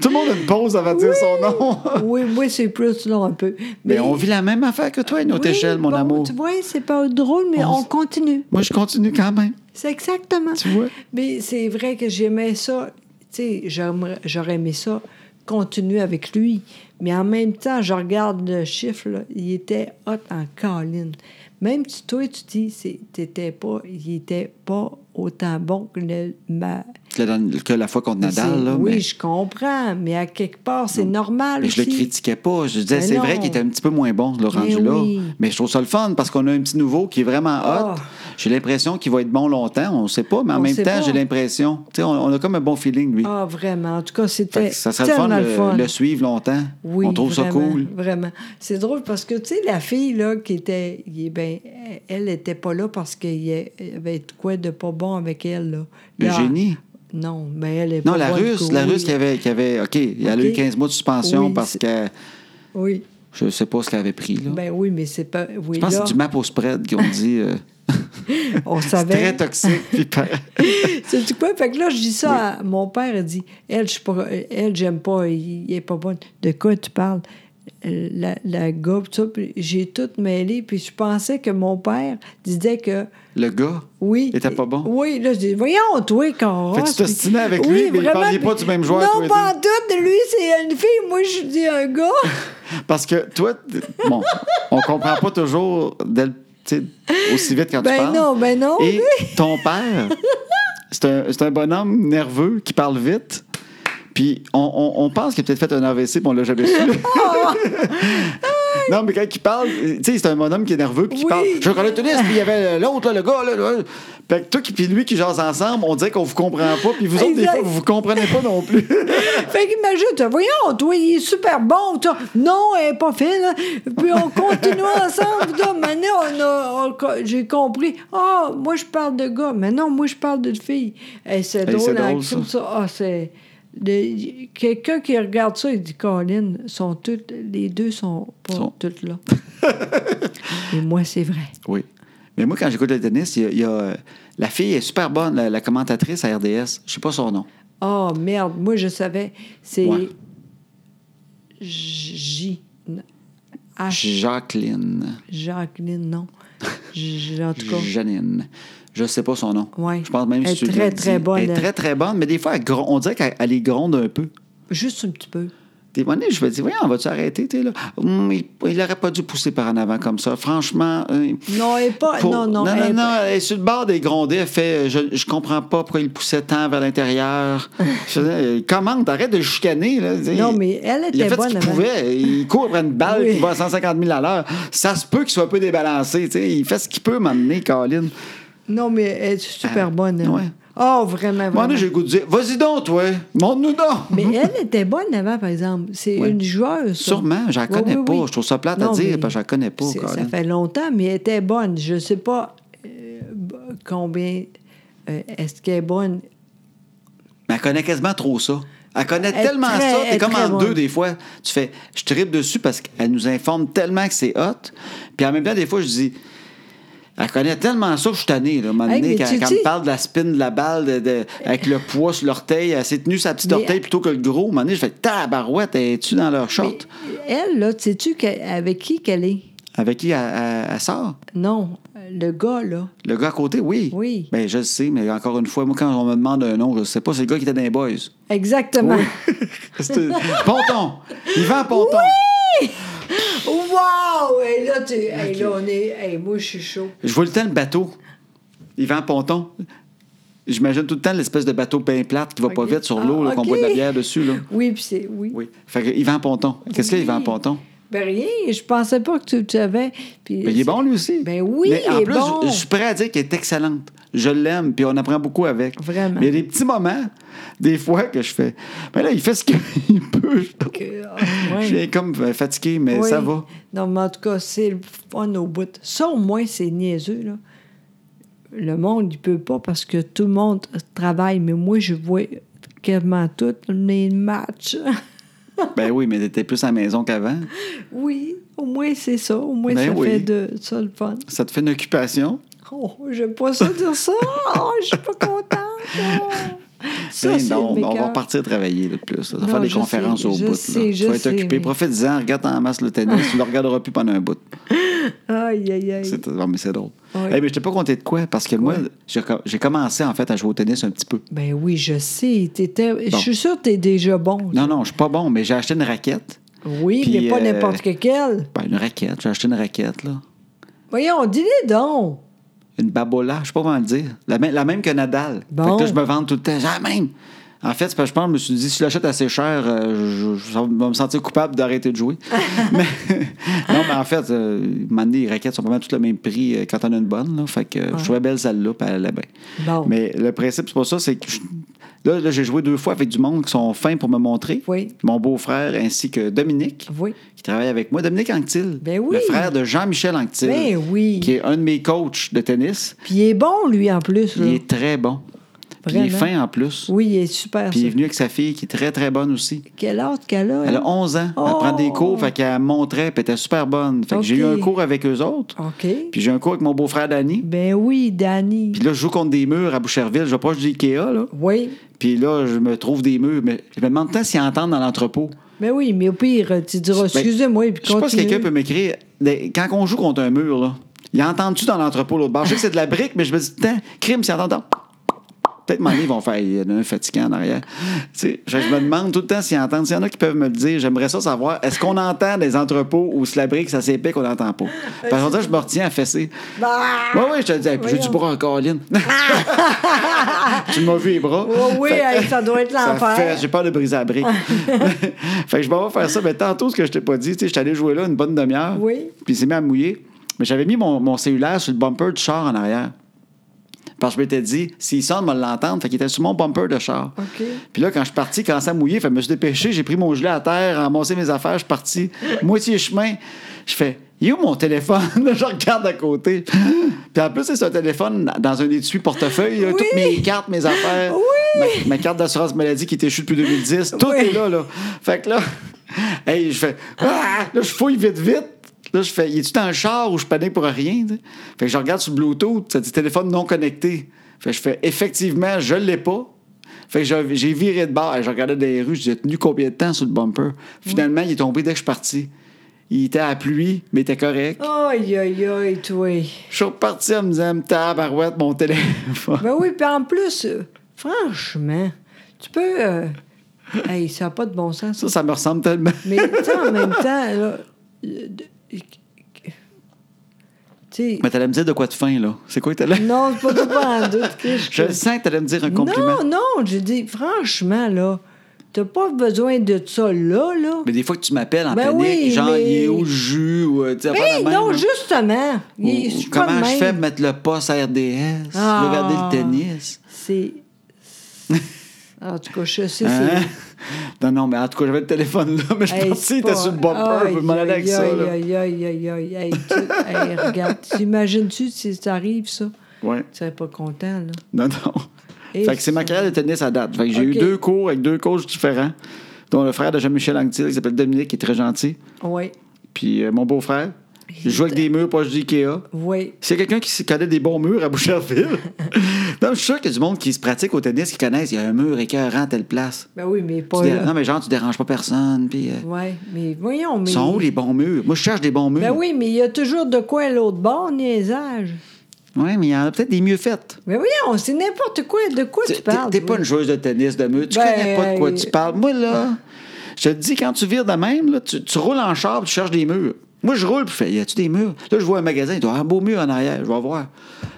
S1: tout le monde a une pause avant de dire son nom.
S2: (laughs) oui, moi, c'est plus long un peu.
S1: Mais, Ben, on vit la même affaire que toi à une autre
S2: Oui,
S1: échelle, mon
S2: bon,
S1: amour.
S2: Tu vois, c'est pas drôle, mais
S1: On-
S2: on continue.
S1: Moi, je continue quand même.
S2: C'est exactement.
S1: Tu vois?
S2: Mais c'est vrai que j'aimais ça. Tu sais, j'aimerais- j'aurais aimé ça continuer avec lui. Mais en même temps, je regarde le chiffre, là, il était hot en colline. Même si toi, tu dis, c'est- t'étais pas, il était pas autant bon que le, ma-
S1: Que la, que la fois contre Nadal,
S2: c'est-
S1: là.
S2: Oui,
S1: mais,
S2: je comprends, mais à quelque part, c'est normal
S1: mais je le
S2: aussi.
S1: critiquais pas. Je disais,
S2: Mais
S1: c'est
S2: non.
S1: vrai qu'il était un petit peu moins bon, le rendu là.
S2: oui.
S1: Mais je trouve ça le fun parce qu'on a un petit nouveau qui est vraiment hot.
S2: Ah.
S1: J'ai l'impression qu'il va être bon longtemps. On sait pas, mais en
S2: On
S1: même
S2: sait
S1: temps,
S2: pas.
S1: j'ai l'impression. Tu sais, on, on a comme un bon feeling, lui.
S2: Ah, vraiment. En tout cas,
S1: Fait
S2: c'était
S1: que ça serait le fun,
S2: tellement
S1: de
S2: le fun.
S1: le suivre longtemps.
S2: Oui,
S1: On trouve ça
S2: vraiment,
S1: cool.
S2: Vraiment. C'est drôle parce que, tu sais, la fille, là, qui était. il est ben, elle n'était pas là parce qu'il y avait de quoi de pas bon avec elle, là. Là,
S1: Eugénie?
S2: Non, mais elle est
S1: Non,
S2: pas
S1: la
S2: bonne
S1: russe,
S2: que
S1: la
S2: oui.
S1: russe qui avait, qui avait. OK, elle a eu
S2: OK.
S1: 15 mois de suspension
S2: Oui,
S1: parce
S2: c'est-
S1: que
S2: Oui.
S1: je sais pas ce qu'elle avait pris. Là.
S2: Ben oui, mais c'est pas. Oui,
S1: je pense
S2: là,
S1: que c'est du map au spread qu'ils ont dit. euh,
S2: on
S1: c'est
S2: savait.
S1: très toxique. puis par-
S2: (laughs) C'est quoi? Fait que là, je dis ça à mon père, il dit Elle, je suis pas- elle j'aime pas, il, il est pas bonne. De quoi tu parles? Euh, La, la gars, pis ça, puis j'ai tout mêlé, puis je pensais que mon père disait que
S1: le gars.
S2: Oui.
S1: Il était pas bon?
S2: Oui, là, je dis, voyons, toi, Cora.
S1: Fait que tu t'ostinais avec lui, mais il parlait pas du même joueur,
S2: Non,
S1: toi et
S2: pas en tout. Lui, c'est une fille, moi, je dis
S1: (laughs)
S2: un gars.
S1: Parce que toi, t- bon, on comprend pas toujours dès le- tu sais, aussi vite quand
S2: Ben
S1: tu parles.
S2: non, ben non,
S1: Et ton père, c'est un, c'est un bonhomme nerveux qui parle vite. Puis on, on- on pense qu'il a peut-être fait un AVC, puis on l'a jamais
S2: (laughs)
S1: su. non, mais quand il parle, tu sais, c'est un bonhomme qui est nerveux, puis qui
S2: Oui.
S1: parle. Je connais le tennis, puis il y avait l'autre, là, le gars, là. là. Fait que toi, qui- puis lui qui jasent ensemble, on dirait qu'on vous comprend pas, puis vous autres, des
S2: Exact.
S1: fois, vous vous comprenez pas non plus.
S2: fait qu'imagine, toi, voyons, toi, il est super bon. Toi. Non, elle n'est pas fine. hein. Puis on
S1: (laughs)
S2: continue ensemble. Toi. Maintenant, on a, on- j'ai compris. Ah, moi, je parle de gars. Mais non, moi, je parle de fille. Et c'est
S1: Hey, c'est
S2: drôle, hein,
S1: drôle,
S2: comme ça. Ah, c'est. le- Quelqu'un qui regarde ça, il dit Colin, sont toutes, les deux sont pas
S1: Sont- (laughs)
S2: toutes là. Et moi, c'est vrai.
S1: Oui. Mais moi, quand j'écoute le tennis, il y a, il y a, euh, la fille est super bonne, la, la commentatrice à RDS. Je sais pas son nom.
S2: Oh merde, moi je savais. C'est
S1: Ouais.
S2: J. H.
S1: Jacqueline.
S2: Jacqueline, non. J- en tout cas.
S1: Janine. Je sais pas son nom.
S2: Ouais.
S1: Je pense même
S2: Elle
S1: si tu
S2: est très,
S1: l'as dit.
S2: très bonne,
S1: Elle est
S2: elle.
S1: très, très bonne, mais des fois, elle gron- on dirait qu'elle elle les gronde un peu.
S2: Juste un petit peu.
S1: Des moments donné, je me dis, voyons, on va-tu arrêter? T'es là? Hum, il n'aurait pas dû pousser par en avant comme ça. Franchement. euh,
S2: Non, elle est pas.
S1: pour-
S2: Non, non,
S1: non,
S2: elle-
S1: non, elle est sur le bord des grondés. Elle fait euh, Je, je comprends pas pourquoi il poussait tant vers
S2: (laughs)
S1: l'intérieur. Je faisais, euh, Comment Arrête de chicaner. Là, Dis,
S2: Non, mais elle
S1: Il a
S2: était
S1: fait
S2: bonne
S1: ce qu'il
S2: avant.
S1: pouvait. Il court après une balle
S2: Oui.
S1: qui va à 150 000 à l'heure. Ça se peut qu'il soit un peu débalancé. tu sais. Il fait ce qu'il peut m'amener, Colin.
S2: Non, mais elle est super
S1: Ah,
S2: bonne. elle.
S1: ouais.
S2: Oh,
S1: Moi,
S2: vraiment, vraiment.
S1: j'ai le goût de dire Vas-y donc, toi. Montre-nous donc.
S2: Mais elle était bonne avant, par exemple. C'est
S1: Ouais.
S2: une joueuse. ça.
S1: Sûrement, je la
S2: Oui,
S1: connais
S2: oui,
S1: pas.
S2: oui.
S1: Je trouve ça plate
S2: Non,
S1: à dire,
S2: mais
S1: parce que je la connais pas,
S2: c'est- Ça
S1: Colin.
S2: fait longtemps, mais elle était bonne. Je ne sais pas euh, b- combien euh, est-ce qu'elle est bonne.
S1: Mais elle connaît quasiment trop ça. Elle connaît
S2: Elle est
S1: tellement
S2: très-
S1: ça,
S2: elle
S1: t'es
S2: est
S1: comme
S2: très
S1: en
S2: bonne.
S1: deux des fois. Tu fais, je tripe dessus parce qu'elle nous informe tellement que c'est hot. Puis en même temps, des fois, je dis, elle connaît tellement ça que je suis tanné, là, à un moment
S2: Hey,
S1: donné,
S2: mais
S1: quand,
S2: tu
S1: quand
S2: dis-
S1: elle me parle de la spin de la balle, de- de- avec le poids sur l'orteil, elle s'est tenue sa petite
S2: Mais-
S1: orteil plutôt que le gros. À un moment donné, je fais, tabarouette, es-tu dans leur short?
S2: Elle, là, sais-tu que- avec qui qu'elle est?
S1: Avec qui elle, elle- elle sort?
S2: Non, le gars, là.
S1: Le gars à côté, oui.
S2: Oui.
S1: Ben, je le sais, mais encore une fois, moi, quand on me demande un nom, je sais pas, c'est le gars qui était dans les boys.
S2: Exactement.
S1: (laughs) C'est- Ponton! Yvan Ponton!
S2: (laughs) wow! Et là, tu... hey, là, on est... hey, moi, je suis chaud.
S1: Je vois le temps le bateau. Yvan Ponton. J'imagine tout le temps l'espèce de bateau bien plate qui va pas
S2: Ok.
S1: vite sur
S2: Ah,
S1: l'eau, là, qu'on
S2: ok.
S1: boit de la bière dessus. Là.
S2: Oui, puis c'est... Oui.
S1: Hum. Oui. Fait que Yvan Ponton. Qu'est-ce qu'il y a,
S2: Oui.
S1: Yvan Ponton?
S2: Ben rien, je pensais pas que tu, tu avais... puis-
S1: Mais il est bon, lui aussi.
S2: Ben oui,
S1: Mais en
S2: il est
S1: plus,
S2: bon.
S1: je, je suis prêt à dire qu'il est excellente. Je l'aime, puis on apprend beaucoup avec.
S2: Vraiment.
S1: Mais il y a des petits moments, des fois, que je fais. Mais là, il fait ce (laughs) qu'il peut. Je, trouve.
S2: Que- ah,
S1: (laughs) Je
S2: ouais.
S1: viens comme euh, fatigué, mais
S2: Oui.
S1: ça
S2: (laughs)
S1: va.
S2: Non, mais en tout cas, c'est le fun au bout. Ça, au moins, c'est niaiseux, là. Le monde, il peut pas parce que tout le monde travaille, mais moi, je vois quasiment tous les matchs.
S1: Ben oui, mais t'étais plus à la maison qu'avant.
S2: oui, au moins, c'est ça. Au moins,
S1: Ben
S2: ça
S1: oui.
S2: fait de ça le fun.
S1: Ça te fait une occupation.
S2: Oh, j'aime pas ça dire ça. Oh, je suis pas contente. Oh. Ça,
S1: Ben
S2: c'est
S1: non,
S2: le
S1: on va
S2: meilleur.
S1: repartir travailler là, de plus. là. Ça va
S2: Non,
S1: faire des
S2: je
S1: conférences
S2: sais,
S1: au
S2: je
S1: bout.
S2: sais,
S1: là.
S2: je
S1: tu vas être
S2: sais,
S1: occupé.
S2: mais-
S1: Profite-en, regarde en masse le tennis. tu ne le regarderas plus pendant un bout.
S2: Aïe, aïe, aïe.
S1: C'est, non, mais c'est drôle.
S2: Oui.
S1: Eh bien, je t'ai pas compté de quoi, parce que moi, j'ai, co- j'ai commencé en fait à jouer au tennis un petit peu.
S2: Ben oui, je sais. T'étais... Je suis sûre que t'es déjà bon.
S1: Non, non, je suis pas bon, mais j'ai acheté une raquette.
S2: Oui,
S1: Puis,
S2: mais pas
S1: euh,
S2: n'importe quelle.
S1: Ben, une raquette, j'ai acheté une raquette, là.
S2: Voyons, dis-les donc.
S1: Une babola, je sais pas comment le dire. La, même- la même que Nadal.
S2: Bon.
S1: Fait que là, je me vends tout le temps. J'ai la même. En fait, c'est parce que je pense, je me suis dit, si je l'achète assez cher, euh, je, je- ça va me sentir coupable d'arrêter de jouer.
S2: (laughs)
S1: mais, (laughs) non, mais en fait, euh, à un moment donné, les raquettes sont pas mal toutes le même prix euh, quand on a une bonne. Là, fait que euh, je trouvais belle celle-là, puis elle allait bien.
S2: Bon.
S1: Mais le principe, c'est pas ça, c'est que je- là, là, j'ai joué deux fois avec du monde qui sont fins pour me montrer.
S2: Oui.
S1: Mon beau-frère ainsi que Dominique,
S2: Oui.
S1: qui travaille avec moi. Dominique Anctil,
S2: Ben oui.
S1: le frère de Jean-Michel Anctil,
S2: Ben oui.
S1: qui est un de mes coachs de tennis.
S2: Puis il est bon, lui, en plus. là.
S1: Il est très bon. Puis il est
S2: Mm. Vraiment?
S1: fin en plus.
S2: Oui, il est super.
S1: Puis il est
S2: ça.
S1: venu avec sa fille qui est très, très bonne aussi.
S2: Quelle âge qu'elle a?
S1: Elle a
S2: elle?
S1: 11 ans. Elle
S2: Oh!
S1: prend des cours, fait qu'elle montrait, puis elle était super bonne. Fait que j'ai eu
S2: Ok.
S1: un cours avec eux autres.
S2: OK.
S1: Puis j'ai un cours avec mon beau-frère Danny.
S2: Ben oui, Danny.
S1: Puis là, je joue contre des murs à Boucherville. Je vais proche d'Ikea, là.
S2: Oui.
S1: Puis là, je me trouve des murs. Mais je me demande tant s'ils entendent dans l'entrepôt.
S2: Ben oui, mais au pire, tu diras,
S1: Ben,
S2: excusez-moi, puis
S1: Je sais pas si
S2: continue.
S1: quelqu'un peut m'écrire. des- Quand on joue contre un mur, là, ils entendent-tu dans l'entrepôt, l'autre bord? Je sais que c'est de la brique, mais je me dis, putain, crime, s'ils entendent. dans- Peut-être m'en ils vont faire il y en a un fatiguant en arrière. Tu sais, je, je me demande tout le temps s'ils entendent. S'il y en a qui peuvent me le dire, j'aimerais ça savoir. Est-ce qu'on entend des entrepôts où si la brique, ça s'épique, on n'entend pas? Parce que ça, je me retiens à fesser.
S2: Bah!
S1: Oui, oui, je te le dis, Hey, puis j'ai du
S2: Voyons.
S1: bras en
S2: (laughs)
S1: colline. tu m'as vu les bras.
S2: Oh oui,
S1: Fait-
S2: hey, ça doit être
S1: ça
S2: l'enfer.
S1: fait- J'ai peur de briser la
S2: (laughs)
S1: brique. (laughs) fait que je m'en vais faire ça. Mais tantôt, ce que je t'ai pas dit, tu sais, je suis allé jouer là une bonne demi-heure.
S2: Oui.
S1: Puis il s'est mis à mouiller. Mais j'avais mis mon, mon cellulaire sur le bumper du char en arrière. Parce que je m'étais dit, s'il sonne, on va l'entendre. Fait qu'il était sur mon bumper de char.
S2: OK.
S1: Puis là, quand je suis parti, quand ça mouillait, fait, que je me suis dépêché, j'ai pris mon gilet à terre, ramassé mes affaires, je suis parti. Moitié chemin, je fais Il est où mon téléphone? (laughs) Là, je regarde à côté. Puis en plus, c'est un téléphone dans un étui portefeuille, là,
S2: Oui.
S1: toutes mes cartes, mes affaires,
S2: Oui.
S1: ma, ma carte d'assurance maladie qui était échue depuis 2010, tout
S2: Oui.
S1: est là, là. Fait que là, hey, je fais Ah! Là, je fouille vite, vite. Là, je fais, y est-tu dans le char où je panique pour rien? tu sais? Fait que je regarde sur le Bluetooth, ça dit téléphone non connecté. Fait que je fais, effectivement, je l'ai pas. Fait que j'ai- j'ai viré de bord. Et Je regardais dans les rues, j'ai tenu combien de temps sur le bumper. Finalement, il est tombé dès que je suis parti. Il était à la pluie, mais il était correct.
S2: Aïe, aïe, aïe, toi.
S1: Je suis reparti en me disant, tabarouette, mon téléphone.
S2: Ben oui, puis en plus, euh, franchement, tu peux... euh, Hey, ça n'a pas de bon sens. ça.
S1: Ça, ça me ressemble tellement.
S2: Mais tu sais, en même temps, là, le- de- tu sais,
S1: Mais t'allais me dire de quoi de fin, là. C'est quoi que t'allais...
S2: non, c'est pas tout pas en doute. Chris,
S1: Je le
S2: que-
S1: sens que t'allais me dire un compliment.
S2: Non, non, j'ai dit, franchement, là, t'as pas besoin de ça là, là.
S1: Mais des fois que tu m'appelles en
S2: Ben
S1: panique,
S2: oui,
S1: genre,
S2: mais-
S1: il est où le jus? Ou, euh, tu sais, affaire
S2: Hey,
S1: de même,
S2: non,
S1: là.
S2: justement.
S1: Ou-
S2: il- je
S1: ou
S2: suis pas
S1: comment
S2: de
S1: je
S2: même.
S1: fais ben? pour mettre le poste à RDS?
S2: Ah.
S1: Regarder le tennis?
S2: C'est. En tout cas, je sais, c'est.
S1: Hein? (laughs) Non, non, mais en tout cas, j'avais le téléphone là, mais je
S2: (laughs) Hey,
S1: pensais
S2: c'est
S1: que t'étais
S2: pas-
S1: sur le bumper,
S2: Aïe,
S1: je vais m'en aller avec
S2: aïe,
S1: ça. là.
S2: Aïe, aïe, aïe, aïe, aïe. tu- hey,
S1: (laughs)
S2: regarde, t'imagines-tu si ça arrive, ça?
S1: Ouais. (laughs)
S2: Tu serais pas content, là.
S1: Non, non.
S2: Et
S1: fait que c'est ma
S2: ça-
S1: carrière de tennis à date. Fait que j'ai
S2: Ok.
S1: eu deux cours avec deux coachs différents, dont le frère de Jean-Michel Anctil, qui s'appelle Dominique, qui est très gentil,
S2: Oui,
S1: puis euh, mon beau-frère. Je joue avec des murs proches d'IKEA.
S2: oui.
S1: S'il y a quelqu'un qui se connaît des bons murs à Boucherville, (laughs) non, je suis sûr qu'il y a du monde qui se pratique au tennis, qui connaissent, il y a un mur écœurant à telle place.
S2: Ben oui, mais
S1: Tu
S2: pas
S1: dé-
S2: là.
S1: Non, mais genre, tu déranges pas personne. Puis, euh,
S2: Oui, mais voyons, mais...
S1: Ils sont où les bons murs? Moi, je cherche des bons murs.
S2: Ben oui, mais il y a toujours de quoi à l'autre bord, niaisage.
S1: Ouais, mais il y en a peut-être des mieux faites.
S2: Mais voyons, c'est n'importe quoi. De quoi
S1: T'es
S2: tu parles?
S1: t'es pas
S2: toi?
S1: une joueuse de tennis de mur. Tu
S2: Ben,
S1: connais pas de quoi
S2: euh,
S1: tu parles. Moi, là, je te dis, quand tu vires de même, là, tu, tu roules en char puis tu cherches des murs. Moi, je roule puis je fais, y a-tu des murs? Là, je vois un magasin, il doit y avoir un beau mur en arrière. Je vais voir.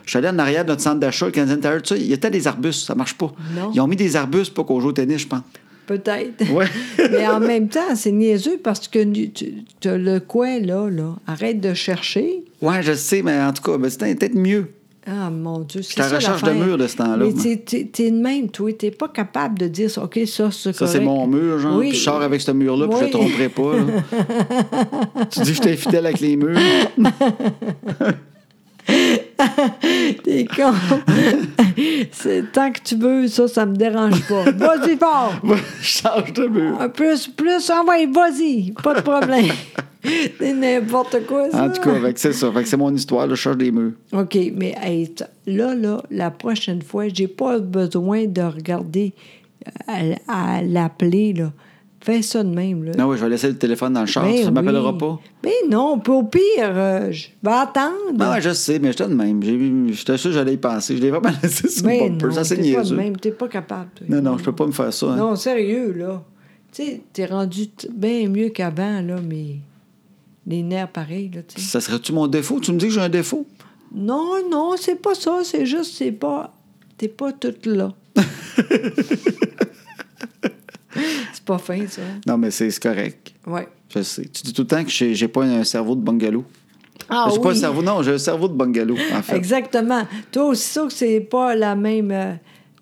S1: Je suis allé en arrière de notre centre d'achat, le Canadian Tire, tout ça. Il y a peut-être des arbustes, ça marche pas.
S2: Non.
S1: Ils ont mis des arbustes pour qu'on joue au tennis, je pense.
S2: Peut-être.
S1: Ouais.
S2: (laughs)
S1: (laughs)
S2: mais en même temps, c'est niaiseux parce que nu- tu tu as le quoi, là, là. Arrête de chercher.
S1: Ouais, je sais, mais en tout cas, ben, c'était peut-être mieux.
S2: Ah, mon Dieu, c'est
S1: à
S2: ça
S1: la recherche de
S2: l'affaire.
S1: murs de ce temps-là,
S2: Mais
S1: moi.
S2: t'es- t'es t'es de même, toi. T'es pas capable de dire, ça, OK, ça, c'est
S1: Ça, c'est
S2: correct.
S1: mon mur, genre,
S2: Oui.
S1: puis je sors
S2: (laughs)
S1: avec ce mur-là, puis je
S2: Oui.
S1: te tromperai pas. là.
S2: (laughs)
S1: tu dis que j'étais fidèle avec les murs. (laughs)
S2: T'es
S1: (laughs)
S2: con. C'est- Tant que tu veux, ça, ça me dérange pas. Vas-y fort.
S1: Moi, je change de mur.
S2: Ah, Plus, plus, envoie, vas-y. Pas de problème.
S1: (laughs)
S2: c'est n'importe quoi, ça.
S1: En tout cas, fait que c'est ça. Fait que c'est mon histoire, là, je change des murs.
S2: OK, mais hey, t- là, là, la prochaine fois, j'ai pas besoin de regarder à, à l'appeler, là. Fais ça de même, là.
S1: Non, oui, je vais laisser le téléphone dans le char.
S2: Ben
S1: ça ne m'appellera
S2: oui.
S1: pas.
S2: Ben non, puis au pire, euh, je vais attendre.
S1: Non, ouais, je sais, mais j'étais de même. J'ai- J'étais sûr que j'allais y penser. Je l'ai vraiment laissé sur
S2: Ben
S1: le bumper.
S2: non,
S1: Ça, c'est
S2: t'es pas de
S1: niaiseux.
S2: même, t'es pas capable. toi.
S1: Non, non, je peux pas me faire ça. hein.
S2: Non, sérieux, là. Tu sais, t'es rendu bien mieux qu'avant, là, mais les nerfs pareils, là, tu sais.
S1: Ça serait-tu mon défaut? Tu me dis que j'ai un défaut?
S2: Non, non, c'est pas ça, c'est juste, c'est pas. T'es pas
S1: (laughs)
S2: toute là. c'est pas fin, ça.
S1: Non, mais c'est c'est correct.
S2: Ouais.
S1: Je sais. Tu dis tout le temps que j'ai j'ai pas un cerveau de bungalow.
S2: Ah
S1: j'ai
S2: oui.
S1: pas un cerveau, non, j'ai un cerveau de bungalow, en fait.
S2: Exactement. Toi, aussitôt que c'est pas la même. euh,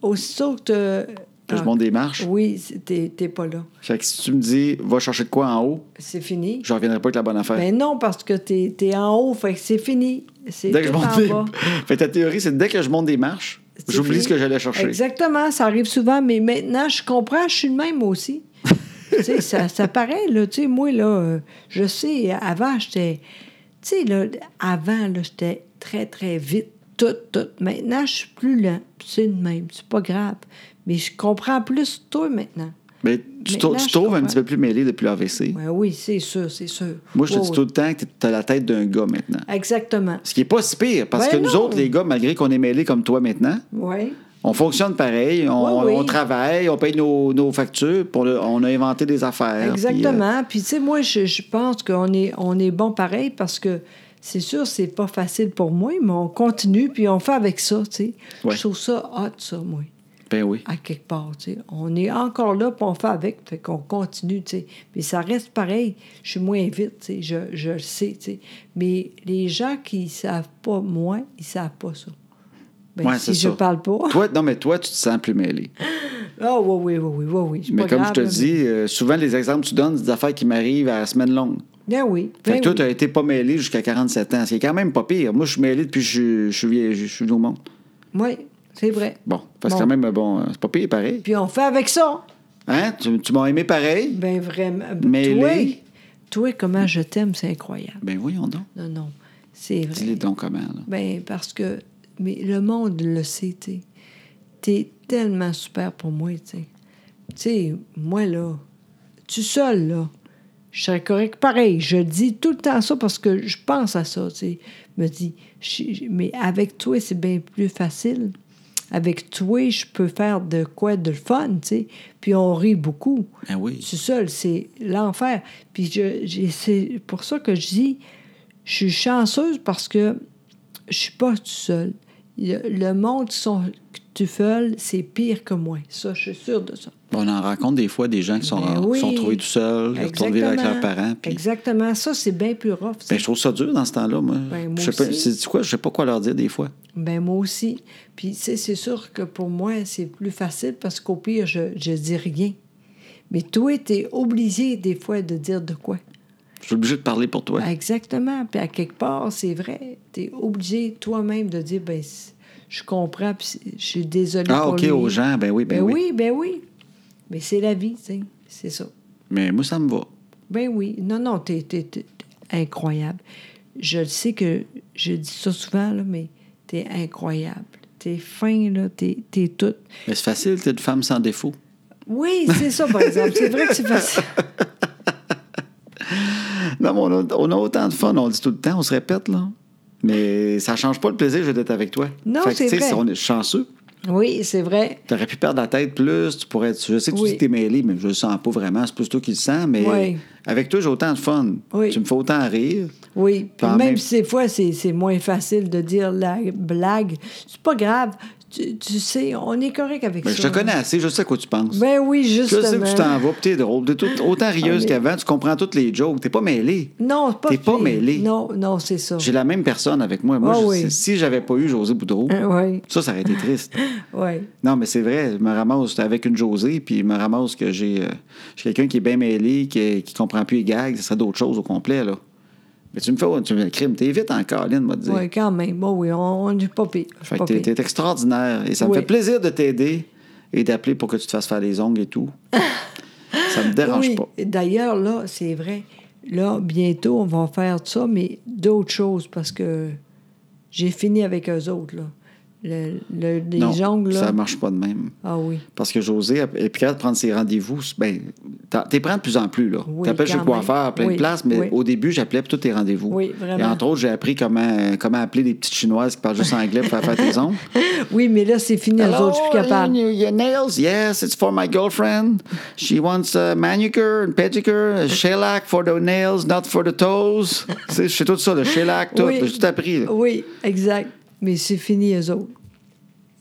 S2: aussitôt que. te-
S1: Que je monte des marches.
S2: Oui, c'est- t'es t'es pas là.
S1: Fait que si tu me dis, va chercher de quoi en haut,
S2: C'est fini.
S1: je reviendrai pas avec la bonne affaire.
S2: Ben non, parce que t'es es en haut, fait que c'est fini. C'est
S1: dès que je
S2: tout
S1: monte
S2: en
S1: des...
S2: bas.
S1: (laughs) Fait que ta théorie, c'est dès que je monte des marches,
S2: C'est
S1: j'oublie
S2: fini.
S1: ce que j'allais chercher.
S2: Exactement, ça arrive souvent, mais maintenant, je comprends, je suis le
S1: (laughs)
S2: même aussi. tu sais, ça, ça paraît, là, tu sais, moi, là, euh, je sais, avant, j'étais, tu sais, là, avant, là, j'étais très, très vite, tout, tout. Maintenant, je suis plus lent, c'est le même, c'est pas grave. Mais je comprends plus toi maintenant.
S1: Mais tu,
S2: Maintenant,
S1: trou- tu
S2: je
S1: trouves un
S2: comprends.
S1: petit peu plus mêlé depuis l'AVC.
S2: Ouais, oui, c'est sûr, c'est sûr.
S1: Moi, je te
S2: Ouais,
S1: dis
S2: ouais.
S1: tout le temps que tu as la tête d'un gars maintenant.
S2: Exactement,
S1: Ce qui est pas si pire, parce
S2: Ben
S1: que nous
S2: non.
S1: autres, les gars, malgré qu'on est mêlés comme toi maintenant,
S2: oui.
S1: on fonctionne pareil, on,
S2: Oui, oui.
S1: on travaille, on paye nos, nos factures, puis on a- on a inventé des affaires. puis, euh,
S2: Exactement. Puis, tu sais, moi, je, je pense qu'on est, on est bon pareil parce que c'est sûr, c'est pas facile pour moi, mais on continue puis on fait avec ça, tu sais.
S1: Ouais.
S2: Je trouve ça hot, ça, moi,
S1: ben oui.
S2: à quelque part, tu sais. On est encore là puis on fait avec, fait qu'on continue, tu sais. Mais ça reste pareil. Je suis moins vite, tu sais. Je, je le sais, tu sais. Mais les gens qui savent pas moins, ils savent pas ça. Ben,
S1: Ouais,
S2: si
S1: c'est
S2: je
S1: ça.
S2: parle pas.
S1: Toi, non, mais toi, tu te sens plus mêlé.
S2: Ah, oui, oui, oui, oui, oui, oui. c'est
S1: Mais
S2: pas
S1: comme
S2: grave,
S1: je te
S2: là,
S1: dis, euh, souvent, les exemples que tu donnes, c'est des affaires qui m'arrivent à la semaine longue.
S2: mais- Ben oui.
S1: Fait
S2: ben
S1: que toi,
S2: oui.
S1: tu été pas mêlé jusqu'à 47 ans. C'est quand même pas pire. Moi, je suis mêlé depuis que je, je suis vieil- je suis venu au monde.
S2: Oui, c'est vrai.
S1: Bon, parce que
S2: Bon.
S1: quand même, bon, euh, c'est pas pire pareil.
S2: Puis on fait avec ça.
S1: Hein? Tu, tu m'as aimé pareil?
S2: Ben vraiment.
S1: Mais
S2: toi,
S1: les-
S2: toi, comment je t'aime, c'est incroyable.
S1: Ben voyons donc.
S2: Non, non, c'est
S1: Dis-les
S2: vrai.
S1: donc comment, là.
S2: Ben parce que mais le monde le sait, tu sais. T'es tellement super pour moi, tu sais. Tu sais, moi, là, tu seul, là, je serais correct. Pareil, je dis tout le temps ça parce que je pense à ça, tu sais. Je me dis, je- je- mais avec toi, c'est bien plus facile. avec toi, je peux faire de quoi de fun, tu sais. Puis on rit beaucoup.
S1: Ben oui.
S2: Tout seul, c'est l'enfer. Puis je- j'ai- c'est pour ça que je dis, je suis chanceuse parce que je suis pas tout seul. Le, le monde qui sont que tu fais, c'est pire que moi. Ça, je suis sûre de ça.
S1: On en rencontre des fois des gens qui sont,
S2: Ben
S1: qui
S2: oui.
S1: sont retrouvés tout seuls, qui retournent vivre avec leurs
S2: Exactement.
S1: parents. puis-
S2: Exactement. Ça, c'est bien plus rough. ça.
S1: ben, je trouve ça dur dans ce temps-là, moi.
S2: Ben, moi
S1: je sais pas,
S2: aussi.
S1: c'est quoi, je sais pas quoi leur dire des fois.
S2: Ben moi aussi. Puis, tu sais, c'est sûr que pour moi, c'est plus facile parce qu'au pire, je, je dis rien. Mais toi, t'es obligé des fois de dire de quoi.
S1: Je suis obligé de parler pour toi.
S2: Ah, Exactement. Puis à quelque part, c'est vrai. T'es obligé toi-même de dire, ben, c- je comprends, puis c'est- je suis désolée
S1: ah,
S2: pour
S1: OK,
S2: lui.
S1: aux gens, ben oui, ben,
S2: Ben
S1: oui.
S2: oui, ben oui. Mais c'est la vie, tu sais. C'est ça.
S1: Mais moi, ça me va.
S2: Ben oui. Non, non, t'es t'es- t'es- t'es incroyable. Je le sais que je dis ça souvent, là, mais t'es incroyable. T'es fin, là, t'es t'es toute.
S1: Mais c'est facile, t'es une femme sans défaut.
S2: Oui, c'est
S1: (laughs)
S2: ça, par exemple. C'est vrai que c'est facile.
S1: Non, mais on a, on a autant de fun, on le dit tout le temps, on se répète, là. Mais ça change pas le plaisir que j'ai d'être avec toi.
S2: Non,
S1: Fait que,
S2: c'est
S1: tu sais,
S2: vrai.
S1: On est chanceux.
S2: Oui, c'est vrai.
S1: Tu aurais pu perdre la tête plus, tu pourrais être. Je sais que tu
S2: Oui.
S1: dis que t'es mêlé, mais je le sens pas vraiment. C'est plus toi qui le sens, mais
S2: Oui.
S1: avec toi, j'ai autant de fun.
S2: Oui.
S1: Tu me fais autant rire.
S2: Oui. Puis
S1: Quand même.
S2: même si des fois, c'est c'est moins facile de dire la blague, c'est pas grave. Tu, tu sais, on est correct avec
S1: Mais
S2: ça.
S1: je te connais assez, je sais à quoi tu penses.
S2: Ben oui,
S1: je
S2: justement. Ah,
S1: sais que tu t'en vas, puis t'es drôle. T'es tout- autant rieuse
S2: mais-
S1: qu'avant, tu comprends toutes les jokes. T'es pas mêlé.
S2: Non, c'est pas...
S1: T'es pas
S2: pire.
S1: mêlé.
S2: Non, non, c'est ça.
S1: J'ai la même personne avec moi. Moi,
S2: Ah
S1: je-
S2: oui. Euh.
S1: si j'avais pas eu José Boudreau,
S2: Oui,
S1: ça, ça aurait été
S2: (laughs)
S1: triste.
S2: oui.
S1: Non, mais c'est vrai, je me ramasse avec une Josée, puis je me ramasse que j'ai euh, j'ai quelqu'un qui est bien mêlé, qui, qui comprend plus les gags, ça serait d'autres choses au complet, là. Mais tu me fais, tu me fais le crime, t'es vite en colline, moi, te dire.
S2: Oui, quand même. Bon, oui, on on est pas pire.
S1: Fait que
S2: Pas
S1: t'es
S2: pire.
S1: t'es extraordinaire, et ça me
S2: Oui.
S1: fait plaisir de t'aider et d'appeler pour que tu te fasses faire les ongles et
S2: (laughs)
S1: tout. ça me dérange
S2: Oui.
S1: pas.
S2: D'ailleurs, là, c'est vrai. Là, bientôt, on va faire de ça, mais d'autres choses, parce que j'ai fini avec eux autres, là. Le, le- les
S1: non,
S2: jongles, là.
S1: ça marche pas de même.
S2: Ah oui.
S1: Parce que José, elle est plus capable de prendre ses rendez-vous. Ben, t'en- t'es prends de plus en plus, là.
S2: Oui,
S1: T'appelles
S2: quand
S1: chez le coiffeur à
S2: même.
S1: plein
S2: Oui,
S1: de places, mais
S2: oui.
S1: au début, j'appelais pour tous tes rendez-vous.
S2: Oui, vraiment.
S1: Et entre autres, j'ai appris comment, comment appeler des petites chinoises qui parlent juste anglais pour faire faire tes
S2: (laughs)
S1: ongles.
S2: Oui, mais là, c'est fini, eux autres, je suis plus capable.
S1: Your, your nails? Yes, it's for my girlfriend. She wants a manicure and pedicure, a shellac for the nails, not for the toes. Tu sais, Je sais tout ça, le shellac, tout.
S2: Oui.
S1: J'ai tout appris. là.
S2: Oui, exact. Mais c'est fini, eux autres.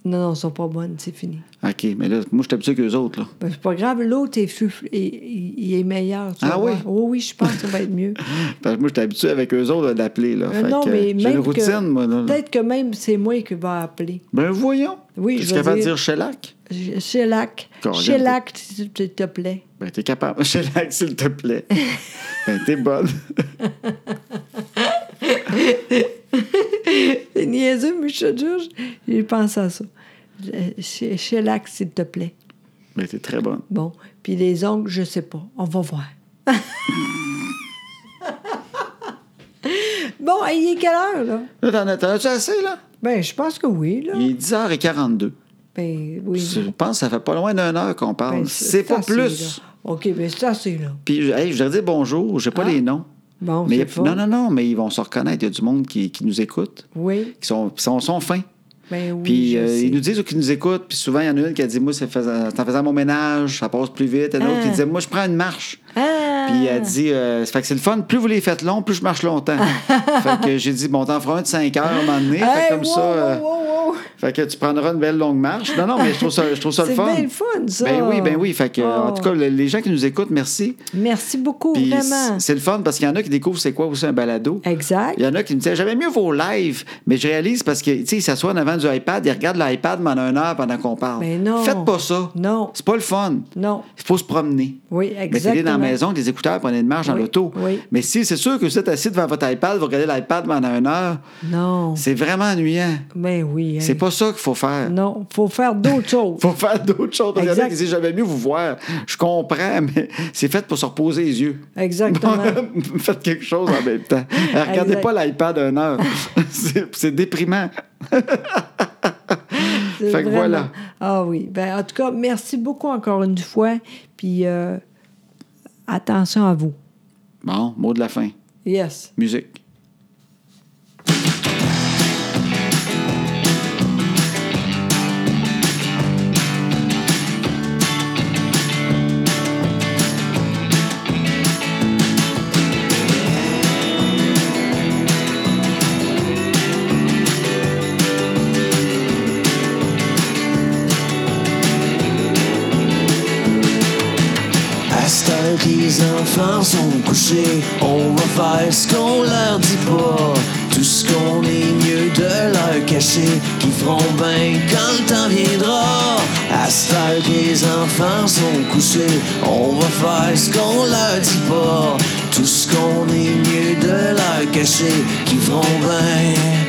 S2: Non, non, ils sont pas bonnes, c'est fini.
S1: OK, mais là, moi, je suis habitué qu'eux autres, là.
S2: Ben, c'est pas grave, l'autre est, fuf- est- il il est meilleur. tu
S1: Ah
S2: vas voir.
S1: oui?
S2: Oui, oui, je pense que ça va être
S1: (laughs)
S2: mieux.
S1: Parce que moi, je suis habitué avec eux autres là, d'appeler, là.
S2: Euh,
S1: Fait
S2: non,
S1: que,
S2: mais
S1: euh,
S2: même.
S1: J'ai une routine,
S2: que-
S1: moi, là.
S2: Peut-être que même c'est moi qui va appeler.
S1: Ben voyons.
S2: Oui,
S1: T'es
S2: je veux
S1: capable de
S2: dire-
S1: dire shellac?
S2: Shellac.
S1: Colin,
S2: Shellac, s'il te- te plaît.
S1: Ben t'es capable. (laughs) Shellac, s'il te
S2: (laughs)
S1: plaît. ben t'es bonne.
S2: C'est niaiseux, mais je te jure, j'ai pensé à ça. Euh, she- Shellac, s'il te plaît.
S1: Ben t'es très bonne.
S2: Bon. Puis les ongles, je sais pas. On va voir. (laughs) bon, et il est quelle heure, là?
S1: Là, t'en as- t'en as-tu assez, là?
S2: Ben, je pense que oui, là.
S1: Il est 10h42.
S2: Ben, oui.
S1: Je pense que ça fait pas loin d'une heure qu'on parle.
S2: Ben,
S1: c'est pas
S2: assez,
S1: plus.
S2: là. OK, ben c'est assez, là.
S1: Puis, hey, je voudrais dire bonjour. J'ai pas
S2: Ah.
S1: les noms.
S2: Bon,
S1: mais
S2: c'est
S1: il y a-
S2: pas-
S1: Non, non, non, mais ils vont se reconnaître. Il y a du monde qui, qui nous écoute,
S2: Oui,
S1: qui sont, sont, sont fins.
S2: ben oui,
S1: Puis
S2: je
S1: euh,
S2: sais.
S1: ils nous disent qu'ils nous écoutent. Puis souvent, il y en a une qui a dit Moi, c'est faisant- c'est en faisant mon ménage, ça passe plus vite. Il y en a une autre qui
S2: Ah.
S1: disait Moi, je prends une marche.
S2: Ah!
S1: Puis elle dit, euh, ça fait que c'est le fun, plus vous les faites long, plus je marche
S2: (laughs)
S1: longtemps. fait que j'ai dit, bon, t'en feras un de 5 heures à un moment donné. fait
S2: Hey,
S1: que comme
S2: wow,
S1: ça, euh,
S2: wow, wow, wow.
S1: fait que tu prendras une belle longue marche. Non, non, mais je trouve ça, je trouve ça le
S2: C'est
S1: fun.
S2: bien le fun, ça.
S1: Ben oui, ben oui. Fait que, euh, en
S2: Oh.
S1: tout cas, le- les gens qui nous écoutent, merci.
S2: Merci beaucoup,
S1: Puis
S2: vraiment.
S1: c- c'est le fun parce qu'il y en a qui découvrent c'est quoi aussi un balado.
S2: Exact.
S1: Il y en a qui me disaient, j'aimais mieux vos lives, mais je réalise parce que, tu sais, ils s'assoient en avant du iPad, ils regardent l'iPad pendant une heure pendant qu'on parle.
S2: Mais Ben non.
S1: Faites pas ça.
S2: Non.
S1: C'est pas le fun.
S2: Non.
S1: Il faut se promener.
S2: Oui,
S1: Mettez-les dans la
S2: exactement.
S1: maison, des écouteurs, prenez une marche dans
S2: Oui,
S1: l'auto.
S2: oui.
S1: Mais si c'est sûr que vous êtes assis devant votre iPad, vous regardez l'iPad pendant une heure,
S2: Non.
S1: c'est vraiment ennuyant.
S2: Ben oui. hein.
S1: C'est pas ça qu'il faut faire.
S2: Non, faut faire d'autres choses.
S1: (laughs) faut faire d'autres choses. Il y en a
S2: Exact.
S1: qui disent j'avais mieux vous voir. Je comprends, mais c'est fait pour se reposer les yeux.
S2: Exactement.
S1: (laughs) Faites quelque chose en même temps. Regardez
S2: Exact.
S1: pas l'iPad une heure. (laughs) c'est c'est déprimant.
S2: C'est
S1: Fait que voilà.
S2: Ah oui. Ben, en tout cas, merci beaucoup encore une fois. Puis euh, attention à vous.
S1: Bon, mot de la fin.
S2: Yes.
S1: Musique.
S3: enfants sont couchés, on va faire ce qu'on leur dit pas. Tout ce qu'on est mieux de leur cacher, qui feront bien quand le temps viendra. À cette heure que les enfants sont couchés, on va faire ce qu'on leur dit pas. Tout ce qu'on est mieux de leur cacher, qui feront bien.